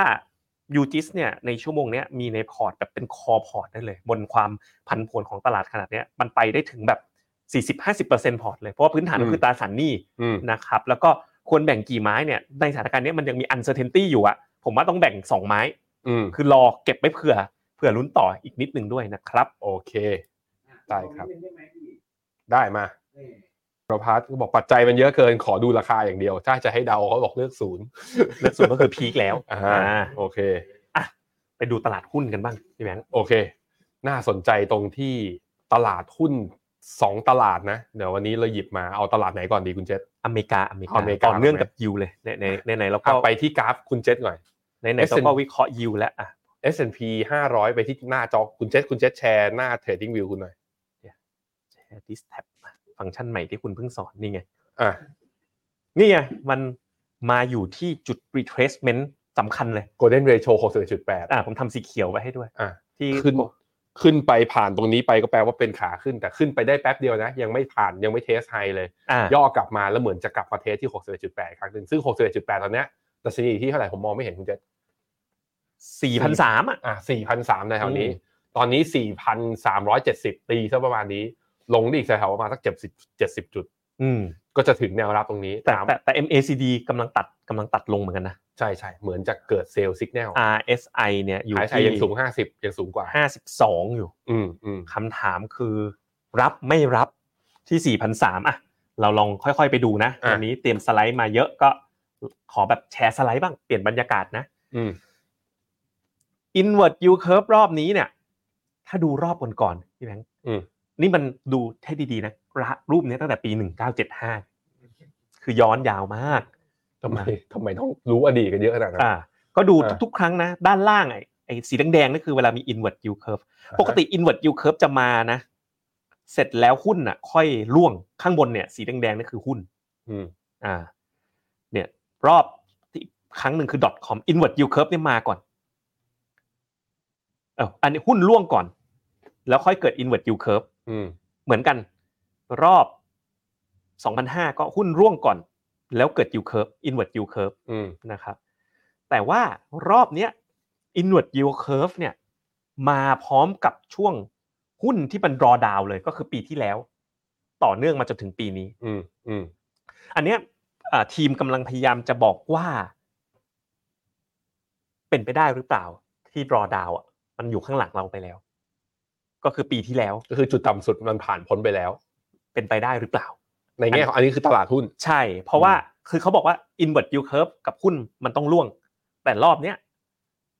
C: ยูจิสเนี่ยในชั่วโมงเนี้ยมีในพอร์ตแบบเป็นคอพอร์ตได้เลย บนความพันผวนของตลาดขนาดเนี้ยมันไปได้ถึงแบบ 40-50%พอร์ตเลยเพราะว่าพื้นฐานก็คือตราสารหนี้
B: อืม
C: นะครับแล้วก็ควรแบ่งกี่ไม้เนี่ยในสถานการณ์เนี้ยมันยังมี uncertainty อยู่อะผมว่าต้องแบ่ง 2 ไม้
B: อืม
C: คือรอเก็บไว้เผื่อเผื่อลุ้นต่ออีกนิดหนึ่งด้วยนะครับ
B: โอเค
D: อ่ะ
B: ได้ครับ
D: อมเมนต์ได้ไหมพี่
B: ได้มา
D: นี่
B: ประพัฒน์ก็บอกปัจจัยมันเยอะเกิน ขอดูราคาอย่างเดียว ถ้าจะให้เดาเขาบอกเลือกศูนย์
C: เลือกส่วนก็คือพีคแล้ว
B: อ่า
C: า
B: โอเค
C: ไปดูตลาดหุ้นกันบ้างพี่แบงค์
B: โอเค น่าสนใจตรงที่ตลาดหุ้นสองตลาดนะ เดี๋ยววันนี้เราหยิบมาเอาตลาดไหนก่อนดีคุณเจษ
C: อเมริกาอเมริ
B: อเม
C: กา
B: ริา
C: กต่อเนื่องกับยูเลยในในในไหนเราก็
B: อ่ะไปที่กราฟคุณเจษก่อน
C: ในไหนเราก็
B: S&P
C: วิเคราะห์ยูแล้วอ่ะ
B: S&P 500 ไปที่หน้าจอคุณเจษคุณเจษแชร์หน้า Trading View คุณหน่อย
C: แชร์ดิสแท็บฟังก์ชันใหม่ที่คุณเพิ่งสอนนี่ไง
B: อ่ะ
C: นี่ไงมันมาอยู่ที่จุด retracement สำคัญเลย
B: Golden Ratio 61.8
C: อ่าผมทำสีเขียวไว้ให้ด้วย
B: อ่ะ
C: ที่
B: ขึ้นขึ้นไปผ่านตรงนี้ไปก็แปลว่าเป็นขาขึ้น แต่ขึ้นไปได้แป๊บเดียวนะ ยังไม่ผ่านยังไม่เทสไฮเลย
C: อ่า
B: ย่อกลับมาแล้วเหมือนจะกลับมาเทสที่ 61.8 ครั้งหนึ่งซึ่ง 61.8 ตอนเนี้ยดัชนีอยู่ที่เท่าไหร่ผมมองไม่เห็นคุณเจษ
C: สี่พันสามอ่ะ
B: อ่ะ4,003ในแถวนี้
C: อืม
B: ตอนนี้ 4,370 ตีซะประมาณนี้ ลงได้อีกแถวๆประมาณสัก70 70 จุด
C: อืม
B: ก็จะถึงแนวรับตรงนี้
C: แต่
B: ตาม
C: แต่แต่ MACD กำลังตัดกำลังตัดลงเหมือนกันนะ
B: ใช่ใช่เหมือนจะเกิดเซลล์สิกแนล
C: RSI เนี่ยอยู่
B: ขายไทย
C: ที่
B: ยังสูง 50 ยังสูงกว่า
C: ห้าสิบสองอยู่
B: อืมอืม
C: คำถามคือ รับไม่รับที่สี่พันสามอ่ะ เราลองค่อยๆไปดูนะวันนี้เตรียมสไลด์มาเยอะก็ขอแบบแชร์สไลด์บ้าง เปลี่ยนบรรยากาศนะ
B: อืม
C: Inward Yield Curve รอบนี้เนี่ย ถ้าดูรอบก่อนๆพี่แบงค์
B: อืม
C: นี่มันดูให้ดีๆนะระรูปเนี้ยตั้งแต่ปีหนึ่งเก้าเจ็ดห้าคือย้อนยาวมาก
B: ทำไมทำไมต้องรู้อดีตกันเยอะขนาดนั้น
C: อ่าก็ดู
B: อ่า
C: ทุกๆครั้งนะ ด้านล่างไอ้ไอ้สีแดงๆนั่นคือเวลามี inward yield curve ปกติ inward yield curve จะมานะ เสร็จแล้วหุ้นอ่ะ ค่อยร่วงข้างบนเนี่ย สีแดงๆนั่นคือหุ้น
B: อืม
C: อ่าเนี่ยรอบที่ครั้งหนึ่งคือ dot .com inward yield curve เนี่ยมาก่อนเอออันนี้หุ้นร่วงก่อน แล้วค่อยเกิด inward yield curve
B: อืม
C: เหมือนกันรอบ 2005 ก็หุ้นร่วงก่อน แล้วเกิด yield curve inward yield curve
B: อืม
C: นะครับแต่ว่ารอบเนี้ย inward yield curve เนี่ยมาพร้อมกับช่วงหุ้นที่มันรอดาวเลยก็คือปีที่แล้ว ต่อเนื่องมาจนถึงปีนี้
B: อืม อืม
C: อันเนี้ยอ่าทีมกำลังพยายามจะบอกว่า เป็นไปได้หรือเปล่าที่รอดาวอ่ะมันอยู่ข้างหลังเราไปแล้ว ก็คือปีที่แล้ว
B: ก็คือจุดต่ำสุดมันผ่านพ้นไปแล้ว
C: เป็นไปได้หรือเปล่า
B: ในแง่ของอันนี้คือตลาดหุ้น
C: ใช่ เพราะว่าคือเขาบอกว่า inward yield curve กับหุ้นมันต้องล่วง แต่รอบเนี้ย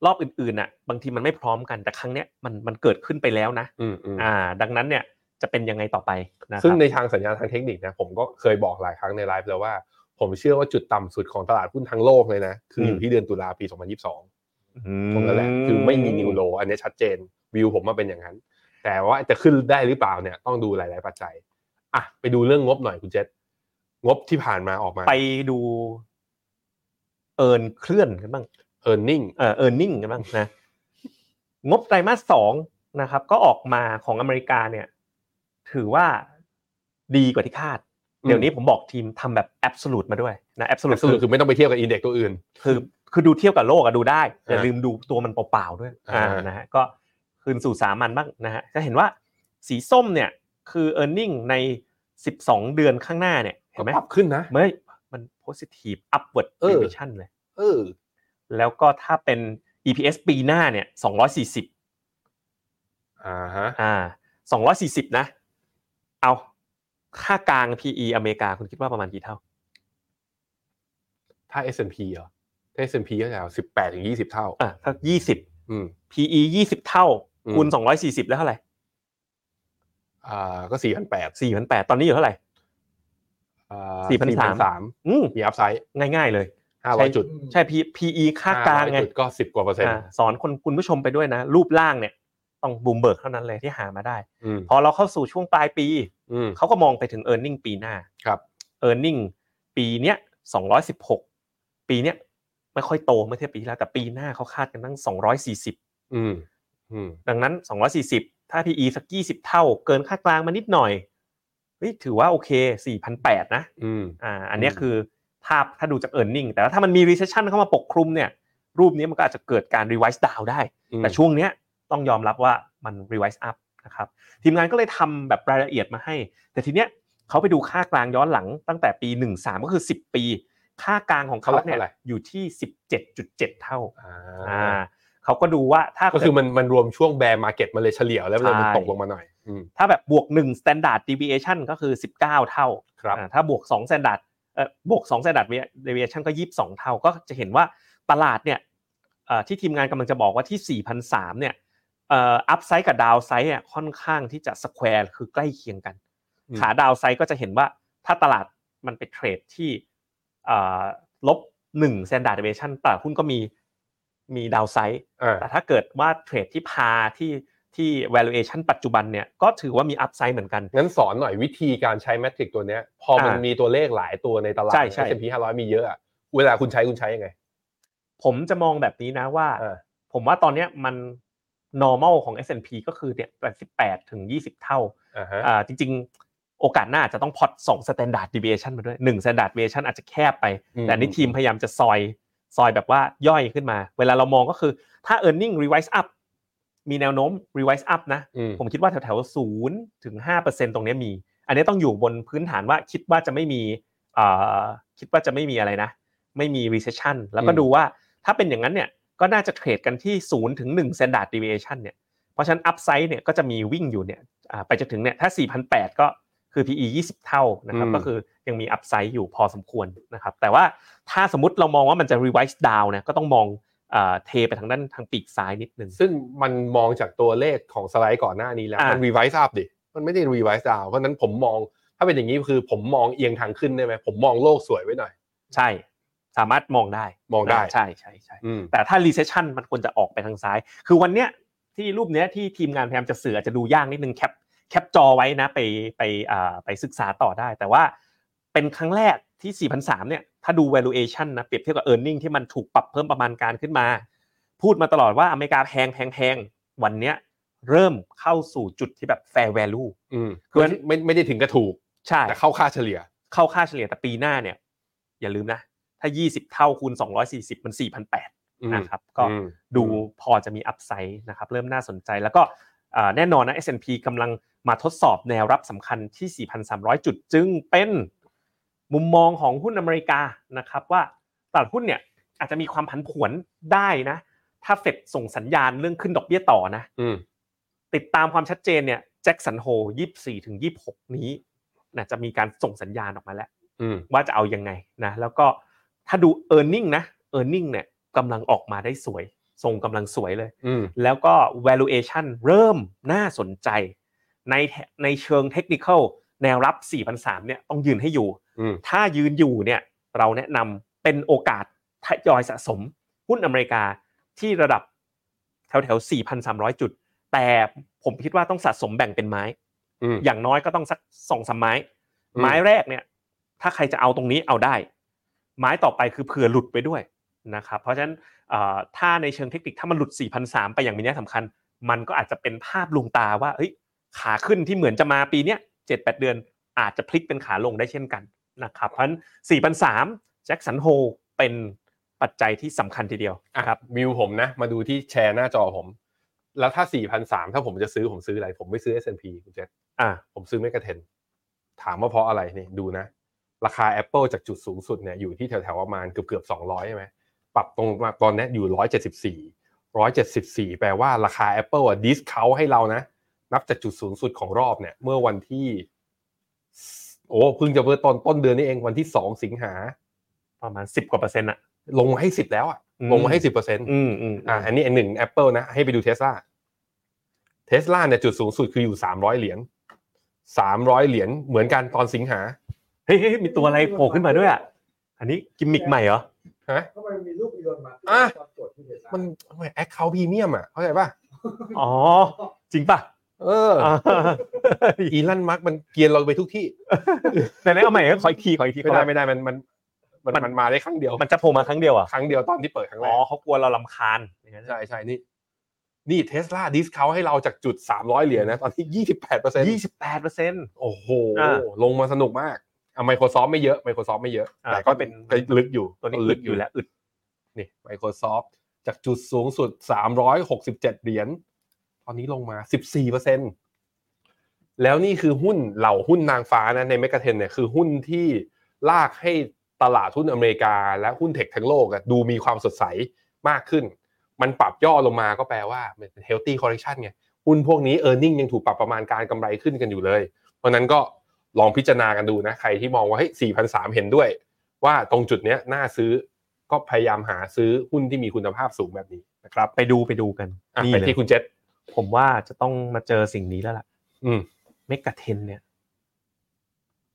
C: รอบอื่นๆน่ะ บางทีมันไม่พร้อมกันแต่ครั้งเนี้ยมันมันเกิดขึ้นไปแล้วนะ
B: อืมอืม
C: อ่า ดังนั้นเนี่ยจะเป็นยังไงต่อไปนะครับ
B: ซึ่งในทางสัญญาณทางเทคนิคนะผมก็เคยบอกหลายครั้งในไลฟ์แล้วว่า ผมเชื่อว่าจุดต่ำสุดของตลาดหุ้นทั้งโลกเลยนะ คืออยู่ที่เดือนตุลาปี 2022ตรงนั้นแหละคือไม่มีนิวโล อันนี้ชัดเจนวิวผมมาเป็นอย่างนั้น แต่ว่าจะขึ้นได้หรือเปล่าเนี่ยต้องดูหลาย ๆ ปัจจัย อ่ะไปดูเรื่องงบหน่อยคุณเจษ งบที่ผ่านมาออกมา
C: ไปดูเอินเคลื่อนกันบ้าง
B: earning
C: เอ่อเออร์เน็งกันบ้างนะ งบไตรมาสสองนะครับ ก็ออกมาของอเมริกาเนี่ย ถือว่าดีกว่าที่คาด เดี๋ยวนี้ผมบอกทีมทำแบบแอบสูตมาด้วยนะแอบสูต
B: สรุปคือไม่ต้องไปเทียบกับอินเด็กตัวอื่น
C: คือคือดูเทียบกับโลกอะดูได้ อย่า
B: อ่า
C: ลืมดูตัวมันเปล่าๆด้วย
B: อ่า
C: อ่านะฮะก็คืนสู่สามัญบ้างนะฮะก็เห็นว่าสีส้มเนี่ย คือเออร์เน็งใน 12 เดือนข้างหน้าเนี่ยเห็
B: ก็
C: นไหม
B: ปรับขึ้นนะ
C: เมื่อมัน positive upward
B: เออ
C: revision เลย
B: เออ
C: แล้วก็ถ้าเป็น EPS ปีหน้าเนี่ย 240
B: อ่าฮะ
C: อ่า 240 นะ เอา ค่ากลาง PE อเมริกาคุณคิดว่าประมาณกี่เท่า
B: ถ้า S&P เหรอ ถ้า S&P ก็จะสิบแปดถึงยี่สิบเท่า
C: อ่าถ้า20
B: อืม
C: PE 20 เท่า
B: อืม
C: คูณ 240 แล้วเท่าไหร่
B: อ่า ก็สี่พันแปด
C: 4,800 ตอนนี้อยู่เท่าไหร่
B: อ่า
C: 4,300 อืม
B: มีอัพไซด์
C: ง่าย ๆ เลย
B: ห้าร้อยจุด
C: ใช่ P- PE ค่ากลางไง
B: 500จุดก็สิบกว่าเปอร์เซ็นต์
C: อ่าสอนคนคุณผู้ชมไปด้วยนะ รูปร่างเนี่ย ต้องบูมเบิร์กเท่านั้นเลยที่หามาได้
B: อืม
C: พอเราเข้าสู่ช่วงปลายปี
B: อืม
C: เขาก็มองไปถึง e a r n i n g ปีหน้า
B: ครับ
C: เออร์เน็งปีเนี้ยสองร้อยสิบหกปีเนี้ยไม่ค่อยโตเมื่อเทียบปีที่แล้ว แต่ปีหน้าเขาคาดกันตั้งสองร้อยสี่สิบ
B: อืมอืม
C: ดังนั้นสองร้อยสี่สิบถ้า PE สักยี่สิบเท่า เกินค่ากลางมานิดหน่อยเฮ้ยถือว่าโอเคสี่พันแปดนะ
B: อืม
C: อ่าอันเนี้ย
B: อืม
C: คือภาพถ้าดูจากเออร์เน็งแต่ว่าถ้ามันมี recession เข้ามาปกคลุมเนี่ย รูปนี้มันก็อาจจะเกิดการ revise down ได้
B: อืม
C: แต่ช่วงเนี้ยต้องยอมรับว่ามัน revise up นะครับทีมงานก็เลยทำแบบรายละเอียดมาให้ แต่ทีเนี้ยเขาไปดูค่ากลางย้อนหลังตั้งแต่ปี 13 ก็คือ 10 ปี ค่ากลางของเขาเนี่ยอยู่ที่ 17.7 เท่า
B: อ่
C: อ่า
B: า
C: เขาก็ดูว่าถ้า
B: ก็คือ
C: เด
B: มันมันรวมช่วงแบร์มาเก็ตมาเลยเฉลี่ยแล้วเลยมัน
C: ใช่
B: ตกลงมาหน่อย อืม
C: ถ้าแบบบวก 1 standard deviation ก็คือ 19 เท่า
B: ครับ
C: อ่าถ้าบวก 2 standard เอ่อบวก 2 standard deviation ก็ 22 เท่าก็จะเห็นว่าตลาดเนี่ยเอ่อที่ทีมงานกำลังจะบอกว่าที่ 4,003เนี่ยเอ่อ upside กับ downside เนี่ยค่อนข้างที่จะ square คือใกล้เคียงกัน
B: อืม
C: ขา downside ก็จะเห็นว่าถ้าตลาดมันไปเทรดที่เอ่อลบ1 standard deviation ตลาดหุ้นก็มีมี downside
B: อ่า
C: แต่ถ้าเกิดว่าเทรดที่พาที่ที่ valuation ปัจจุบันเนี่ยก็ถือว่ามี upside เหมือนกัน
B: งั้นสอนหน่อยวิธีการใช้แมทริกตัวเนี้ย พอมัน
C: อ่ามี
B: มีตัวเลขหลายตัวในตลาด
C: ใช่ใช่
B: เอ p ห้าร้อยมีเยอะอะเวลาคุณใช้คุณใช้ยังไง
C: ผมจะมองแบบนี้นะว่า
B: อ่า
C: ผมว่าตอนเนี้ยมัน normal ของ S&P ก็คือเนี่ย18ถึง 20 เท่า
B: อ่าฮะ
C: อ่าจริง ๆ โอกาสหน้าอาจจะต้องพอด2 standard deviation มาด้วย1 standard deviation อาจจะแคบไป แต่อันนี้ทีมพยายามจะซอยซอยแบบว่าย่อยขึ้นมา เวลาเรามองก็คือถ้า earning revise up มีแนวโน้ม revise up นะ
B: อืม
C: ผมคิดว่าแถวๆศูนย์ถึงห้าเปอร์เซ็นตรงเนี้ยมี อันนี้ต้องอยู่บนพื้นฐานว่าคิดว่าจะไม่มีเอ่อคิดว่าจะไม่มีอะไรนะ ไม่มี recession แล้วก็ดูว่าถ้าเป็นอย่างนั้นเนี่ยก็น่าจะเทรดกันที่ศูนย์ถึงหนึ่ง standard deviation เนี่ยเพราะฉะนั้น upside เนี่ยก็จะมีวิ่งอยู่เนี่ยอ่าไปจนถึงเนี่ยถ้า 4,800 ก็คือ PE 20 เท่านะครับก็คือยังมี upside อยู่พอสมควรนะครับแต่ว่าถ้าสมมติเรามองว่ามันจะ revise down นะก็ต้องมองเอ่อเทไปทางด้านทางปีกซ้ายนิดนึง
B: ซึ่งมันมองจากตัวเลขของสไลด์ก่อนหน้านี้แล้ว
C: อ่ามั
B: มันรีไวซ์อัพดิ มันไม่ได้รีไวซ์ดาวเพราะฉะนั้นผมมองถ้าเป็นอย่างนี้คือผมมองเอียงทางขึ้นได้ไหมผมมองโลกสวยไว้หน่อย
C: ใช่ สามารถมองได้
B: มองได้
C: ใช่ใช่ใช่
B: อืม
C: แต่ถ้า recession มันควรจะออกไปทางซ้าย คือวันเนี้ยที่รูปเนี้ยที่ทีมงานพยายามจะเสืออาจจะดูยากนิดนึงแคปแคปจอไว้นะไปไปอ่าไปศึกษาต่อได้ แต่ว่าเป็นครั้งแรกที่ 4,003เนี่ยถ้าดู valuation นะเปรียบเทียบกับ earning ที่มันถูกปรับเพิ่มประมาณการขึ้นมา พูดมาตลอดว่าอเมริกาแพงแพงแพงวันเนี้ยเริ่มเข้าสู่จุดที่แบบ fair value
B: อืม
C: คื
B: คือ อไม่ไม่ได้ถึงกระถูก
C: ใช่
B: แต่เข้าค่าเฉลี่ย
C: เข้าค่าเฉลี่ยแต่ปีหน้าเนี่ย อย่าลืมนะ ถ้า 20 เท่าคูณ 240 มัน
B: อืม
C: 4,800นะครับก็
B: อืม
C: ดูพอจะมีอัพไซด์นะครับเริ่มน่าสนใจแล้วก็อ่าแน่นอนนะ S&P กำลังมาทดสอบแนวรับสำคัญที่ 4,300 จุดจึงเป็นมุมมองของหุ้นอเมริกานะครับว่าตลาดหุ้นเนี่ยอาจจะมีความผันผวนได้นะ ถ้าเฟดส่งสัญญาณเรื่องขึ้นดอกเบี้ยต่อนะ
B: อืม
C: ติดตามความชัดเจนเนี่ยแจ็คสันโฮ24ถึง26 นี้นะจะมีการส่งสัญญาณออกมาแล้ว
B: อืม
C: ว่าจะเอายังไงนะแล้วก็ถ้าดู e a r n i n g นะ e a r n i n g เนี่ยกำลังออกมาได้สวยทรงกำลังสวยเลย
B: อืม
C: แล้วก็ valuation เริ่มน่าสนใจ ในในเชิงเทคนิคแนวรับ 4,003เนี่ยต้องยืนให้อยู่
B: อืม
C: ถ้ายืนอยู่เนี่ยเราแนะนำเป็นโอกาสทยอยสะสมหุ้นอเมริกาที่ระดับแถวแถว4,300 จุด แต่ผมคิดว่าต้องสะสมแบ่งเป็นไม้
B: อืม
C: อย่างน้อยก็ต้องสักสองสามไม้
B: อืม
C: ไม้แรกเนี่ย ถ้าใครจะเอาตรงนี้เอาได้ ไม้ต่อไปคือเผื่อหลุดไปด้วยนะครับเพราะฉะนั้นเอ่อถ้าในเชิงเทคนิคถ้ามันหลุด 4 0 0 ไปอย่างมีนัยสำคัญ มันก็อาจจะเป็นภาพลวงตาว่าเอ้ยขาขึ้นที่เหมือนจะมาปีเนี้ยเจ็ดแปดเดือนอาจจะพลิกเป็นขาลงได้เช่นกันนะครับเพราะฉะนั้น4 0 0แจ็คสันโฮเป็นปัจจัยที่สำคัญทีเดียว
B: อ่ะ
C: นะครับ
B: วิวผมนะ มาดูที่แชร์หน้าจอผม แล้วถ้า 4,300 ถ้าผมจะซื้อผมซื้ออะไร ผมไม่ซื้อ S&P คุณเจษ
C: อ่า
B: ผมซื้อไม่กระเทนถามว่าเพราะอะไรนี่ดูนะ ราคา Apple จากจุดสูงสุดเนี่ยอยู่ที่แถวๆประมาณเกือบเกือบ200 ใช่ไหมปรับตรงมาตอนนี้อยู่ 174 174 แปลว่าราคา Apple อ่ะดิสเขาให้เรานะ นับจากจุดสูงสุดของรอบเนี่ย เมื่อวันที่ โอ้เพิ่งจะเมื่อตอนต้นเดือนนี่เองวันที่ 2 สิงหา
C: ประมาณ 10 กว่าเปอร์เซ็นต์อ่ะ
B: ลงมาให้ 10 แล้วอะ
C: อืม
B: ลงมาให้ 10%อ
C: อืมอืม
B: อ่าอันนี้อันหนึ่ง Apple นะ ให้ไปดูเทสลาเทสลาเนี่ยจุดสูงสุดคืออยู่สามร้อยเหรียญสามร้อยเหรียญเหมือนกันตอนสิงหา
C: เฮ้ยเฮ้ยเฮ้ยมีตัวอะไรโผล่ขึ้นมาด้วยอ่ะอันนี้กิมมิกใหม่เหรอ
B: ฮะ
D: ทำไมมันมีรูปอีลอนมา
B: อ่ะ
D: ตอนตรวจที่เดลต้า
B: มันแอคเคาท์พรีเมียมอ่ะเข้าใจป่ะ
C: อ๋อ จริงป่ะ
B: เอออีลันมักมันเกรียนเราไปทุกที่
C: ไหนๆเอาใหม่ขออีกทีขออีกที
B: ไม่ได้ไม่ได้มันมันมันมันมาได้ครั้งเดียว
C: มันจะโผล่มาครั้งเดียวเหรอ่ะ
B: ครั้งเดียวตอนที่เปิดครั้งแร
C: อ๋อก เขากลัวเราลำคาญอย่างนั้น
B: ใช่ใช่นี่ นี่เทสลาดิสเขาให้เราจากจุดสามร้อยเหรียญนะ ตอนที่ยี่สิบแปดเปอร์เซ็นต์
C: ยี่สิบแปดเปอร์เซ็นต์
B: โอ้โห
C: อ่า
B: ลงมาสนุกมากอ่ะไมโครซอฟไม่เยอะไมโครซอฟไม่เยอะ
C: อ่า
B: แต่ก็
C: ก็เป็
B: เป็น
C: น
B: ลึกอยู่
C: ตัวนี้
B: ลึ
C: ลึ
B: ก
C: ก
B: อ
C: อยู่ ยู่แล้วอึด
B: นี่ Microsoft จากจุดสูงสุด 367 เหรียญ ตอนนี้ลงมา 14 แล้วนี่คือหุ้นเหล่าหุ้นนางฟ้านะในเมกะเทนเนี่ยคือหุ้นที่ลากให้ตลาดหุ้นอเมริกา และหุ้นเทคทั้งโลกอะดูมีความสดใสมากขึ้น มันปรับย่อลงมาก็แปลว่ามันเป็น healthy correction ไง หุ้นพวกนี้ e a r n i n g ยังถูกปรับประมาณการกำไรขึ้นกันอยู่เลย เพราะฉะนั้นก็ลองพิจารณากันดูนะ ใครที่มองว่าเฮ้ย4,300 เห็นด้วย ว่าตรงจุดเนี้ยน่าซื้อก็พยายามหาซื้อหุ้นที่มีคุณภาพสูงแบบนี้นะครับ
C: ไปดูไปดูกัน
B: อ่ะ
C: นี่
B: ไป
C: เลย
B: ที่คุณเจษ
C: ผมว่าจะต้องมาเจอสิ่งนี้แล้วล่ะ
B: อืม
C: เมกะเทนเนี่ย